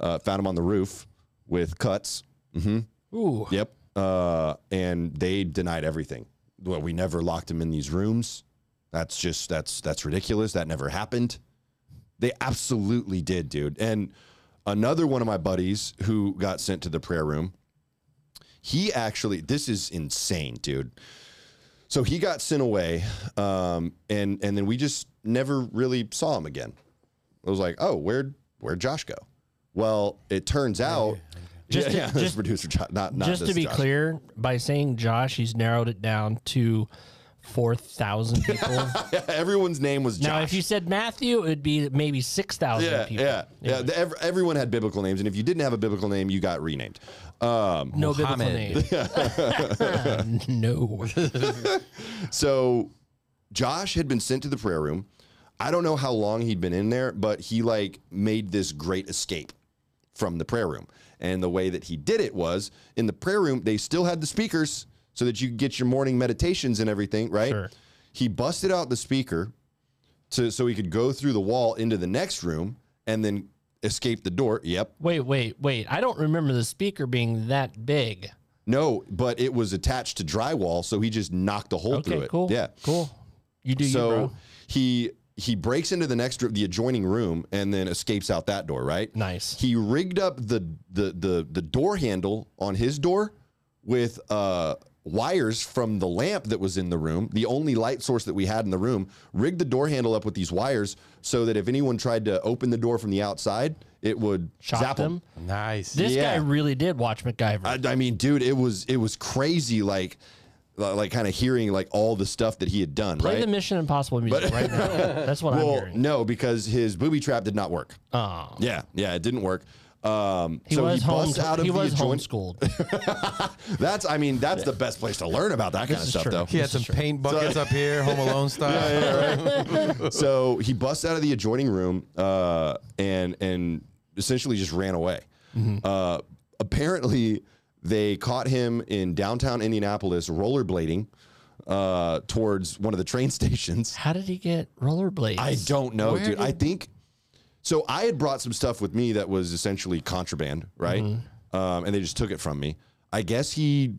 Uh, found them on the roof with cuts. hmm
ooh,
Yep. Uh, and they denied everything. Well, we never locked him in these rooms. That's just that's that's ridiculous. That never happened. They absolutely did, dude. And another one of my buddies who got sent to the prayer room, he actually this is insane, dude. So he got sent away, um, and and then we just never really saw him again. I was like, oh, where'd where'd Josh go? Well, it turns out,
Just
yeah,
to-
yeah, this
just-
producer Josh, not not
just to
this
be
Josh.
clear, by saying Josh, he's narrowed it down to four thousand people.
Everyone's name was Josh.
Now, if you said Matthew, it'd be maybe six thousand
yeah,
people.
yeah, yeah, The- ev- everyone had biblical names, and if you didn't have a biblical name, you got renamed. Um,
No
Muhammad.
biblical name. no.
so Josh had been sent to the prayer room. I don't know how long he'd been in there, but he like made this great escape from the prayer room. And the way that he did it was in the prayer room, they still had the speakers so that you could get your morning meditations and everything, right?
Sure.
He busted out the speaker to so he could go through the wall into the next room and then escape the door. Yep.
Wait, wait, wait. I don't remember the speaker being that big.
No, but it was attached to drywall, so he just knocked a hole through
Okay,
it.
cool.
Yeah.
Cool. You do you,
so
bro.
he he breaks into the next r- the adjoining room and then escapes out that door, right?
Nice.
He rigged up the the the the door handle on his door with uh wires from the lamp that was in the room, the only light source that we had in the room, rigged the door handle up with these wires so that if anyone tried to open the door from the outside, it would
Shot
zap
them.
them.
Nice.
This
Yeah.
guy really did watch MacGyver.
I, I mean, dude, it was it was crazy. Like, li- like kind of hearing like all the stuff that he had done,
Play
right?
the Mission Impossible music right now. That's what I'm
well,
hearing.
no, because his booby trap did not work.
Oh,
Yeah, yeah, it didn't work. Um,
he
so
was
he
home.
busts out of
He
the
was
adjoint-
homeschooled.
That's, I mean, that's the best place to learn about that kind of
is
stuff,
true.
though.
he had some paint buckets up here, Home Alone style.
so he busts out of the adjoining room uh, and and essentially just ran away.
Mm-hmm.
Uh, apparently, they caught him in downtown Indianapolis rollerblading uh, towards one of the train stations.
How did he get rollerblades?
I don't know,
Where
dude. I
did-
think so. I had brought some stuff with me that was essentially contraband, right?
Mm-hmm.
Um, and they just took it from me. I guess he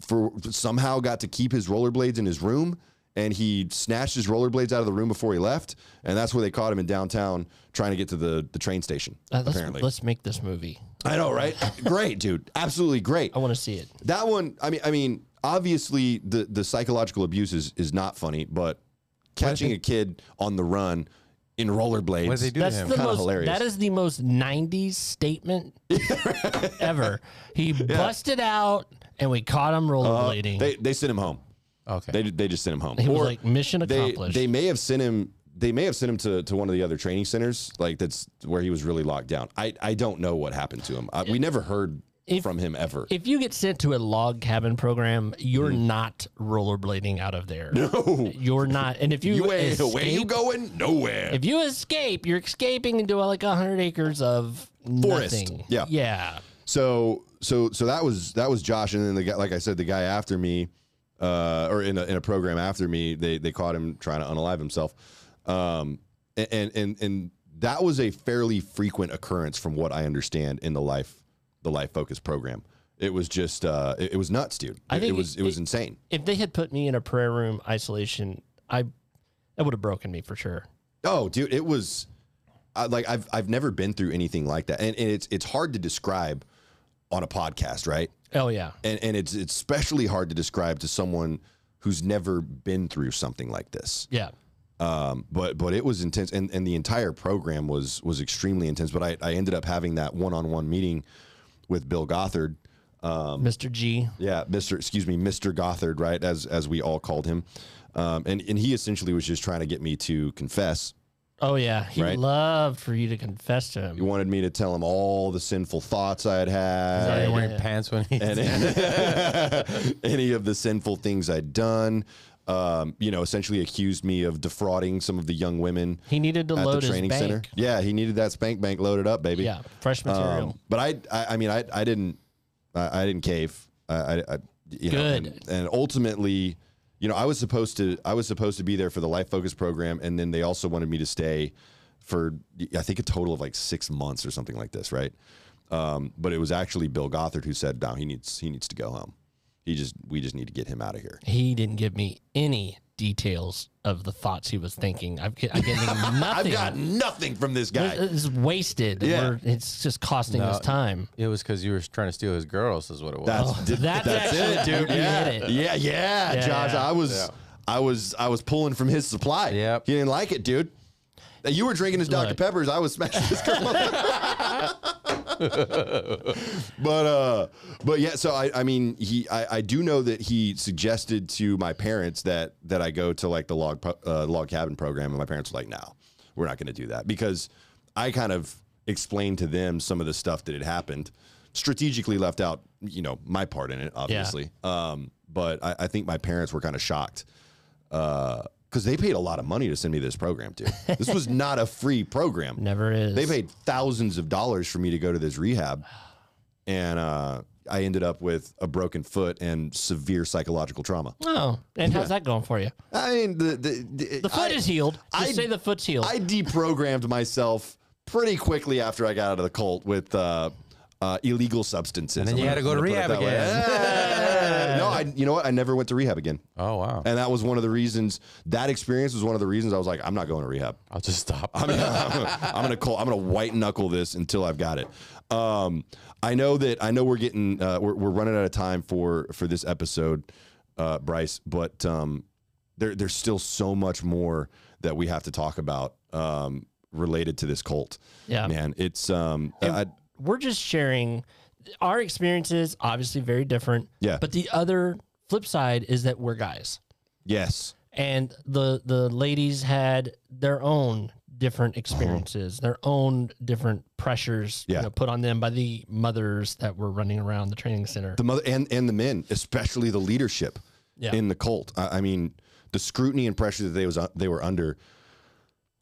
for somehow got to keep his rollerblades in his room and he snatched his rollerblades out of the room before he left, and that's where they caught him in downtown trying to get to the the train station.
Uh, let's,
apparently,
let's make this movie.
I know, right? great, dude, absolutely great.
I want to see it.
That one, I mean, I mean, obviously the the psychological abuse is, is not funny, but catching a kid on the run in rollerblades.
What did they do
That's
to him?
the
Kinda
most.
hilarious.
That is the most '90s statement ever. He busted out, and we caught him rollerblading.
Uh, They they sent him home.
okay.
They they just sent him home.
he was
Or
like, "Mission
they
accomplished."
they may have sent him. They may have sent him to, to one of the other training centers, like that's where he was really locked down. I, I don't know what happened to him. I, we never heard
If-
from him ever.
if you get sent to a log cabin program, you're not rollerblading out of there.
Mm. no,
You're not. And if you,
you ain't.
escape,
Where you going? Nowhere.
if you escape, you're escaping into uh, like a hundred acres of
Forest.
Nothing.
Yeah.
Yeah.
So so so that was that was Josh, and then the guy, like I said, the guy after me, uh, or in a, in a program after me, they they caught him trying to unalive himself, um, and- and and and that was a fairly frequent occurrence, from what I understand, in the life the life focus program. It was just uh, it, it was nuts, dude.
I
It- it
think
was it was insane.
If they had put me in a prayer room isolation, I that would have broken me for sure.
Oh, dude, it was I, like I've I've never been through anything like that, and, and it's it's hard to describe on a podcast, right?
Oh yeah.
and and it's it's especially hard to describe to someone who's never been through something like this.
Yeah.
Um, but but it was intense, and and the entire program was was extremely intense. But I I ended up having that one on one meeting with Bill Gothard. Um,
Mr. G.
Yeah, Mister, excuse me, Mister Gothard, right? As as we all called him, um, and and he essentially was just trying to get me to confess.
Oh yeah. He
Right.
loved for you to confess to
He
him.
wanted me to tell him all the sinful thoughts I had had.
Are
Yeah,
they
yeah,
wearing
yeah.
pants when he?
and any of the sinful things I'd done. Um, you know, essentially accused me of defrauding some of the young women
He needed to
at
load
the training
his bank.
center. Yeah, he needed that spank bank loaded up, baby.
Yeah. Fresh material.
Um, but I, I, I mean, I, I didn't, I, I didn't cave. I, I, I you know,
Good.
and, and ultimately, you know, I was supposed to, I was supposed to be there for the life focus program, and then they also wanted me to stay for, I think, a total of like six months or something like this, right? Um, but it was actually Bill Gothard who said, "No, he needs, he needs to go home. He just, we just need to get him out of here."
he didn't give me any details of the thoughts he was thinking. I've, I get
I've
nothing.
got nothing from this guy.
This is wasted.
Yeah.
We're- it's just costing us time.
It was because you were trying to steal his girls, is what it was.
That's,
Oh, that's actually- you
Yeah.
hit it.
yeah, yeah,
Yeah,
Josh.
yeah.
I was, I was, I was pulling from his supply.
Yep.
he didn't like it, dude. Uh, You were drinking his Dr.
Look.
Peppers. I was smashing his girl. but uh, but yeah. So I, I mean, he, I, I do know that he suggested to my parents that that I go to like the log po- uh, log cabin program, and my parents were like, no, we're not going to do that because I kind of explained to them some of the stuff that had happened, strategically left out, you know, my part in it, obviously. Um, but I, I think my parents were kind of shocked because they paid a lot of money to send me this program too. This was not a free program.
Never is.
They paid thousands of dollars for me to go to this rehab, and uh, I ended up with a broken foot and severe psychological trauma.
Oh, and how's that going for you?
I mean, the the, the,
The foot
I,
is healed. Just
I-
say the foot's healed.
I deprogrammed myself pretty quickly after I got out of the cult with. Uh, uh, illegal substances. And
then you had to go to rehab
no, I, you know what? I never went to rehab again,
oh wow!
and that was one of the reasons. That experience was one of the reasons I was like, I'm not going to rehab.
I'll just stop.
I'm gonna, I'm gonna call. I'm gonna white knuckle this until I've got it. Um, I know that I know we're getting uh, we're, we're running out of time for for this episode, uh, Bryce. But um, there there's still so much more that we have to talk about um, related to this cult.
Yeah.
man, it's um, I,
We're just sharing our experiences, obviously very different.
Yeah.
But the other flip side is that we're guys.
yes,
And the the ladies had their own
Mm-hmm.
different experiences, their own different pressures you
Yeah.
know, put on them by the mothers that were running around the training center.
the mother and and the men, especially the leadership
Yeah.
in the cult. I, I mean, the scrutiny and pressure that they was uh, they were under.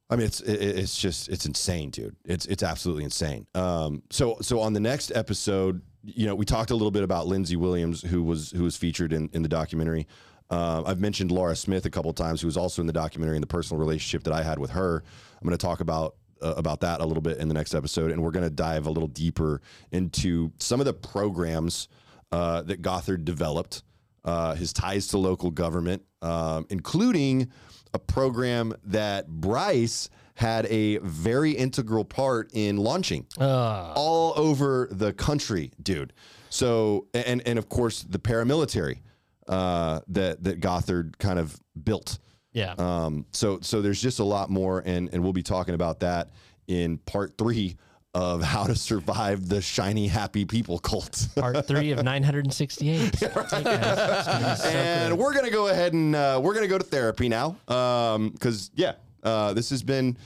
I mean, it's it, it's just it's insane, dude. It's it's absolutely insane. Um, so so on the next episode, you know, we talked a little bit about Lindsey Williams, who was who was featured in in the documentary. Uh, I've mentioned Laura Smith a couple times, who was also in the documentary and the personal relationship that I had with her. I'm going to talk about uh, about that a little bit in the next episode, and we're going to dive a little deeper into some of the programs uh, that Gothard developed uh, his ties to local government, um, including a program that Bryce had a very integral part in launching
Ah. Uh,
all over the country, dude. So and and of course the paramilitary uh, that that Gothard kind of built.
Yeah.
Um, so so there's just a lot more, and and we'll be talking about that in part three of how to survive the shiny happy people cult.
Part three of 968. Hey, guys, it's gonna be so
and
good.
we're gonna go ahead and uh, we're gonna go to therapy now, because yeah, uh, this has been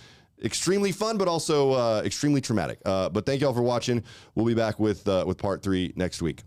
extremely fun, but also uh, extremely traumatic. Uh, but thank y'all for watching. We'll be back with uh, with part three next week.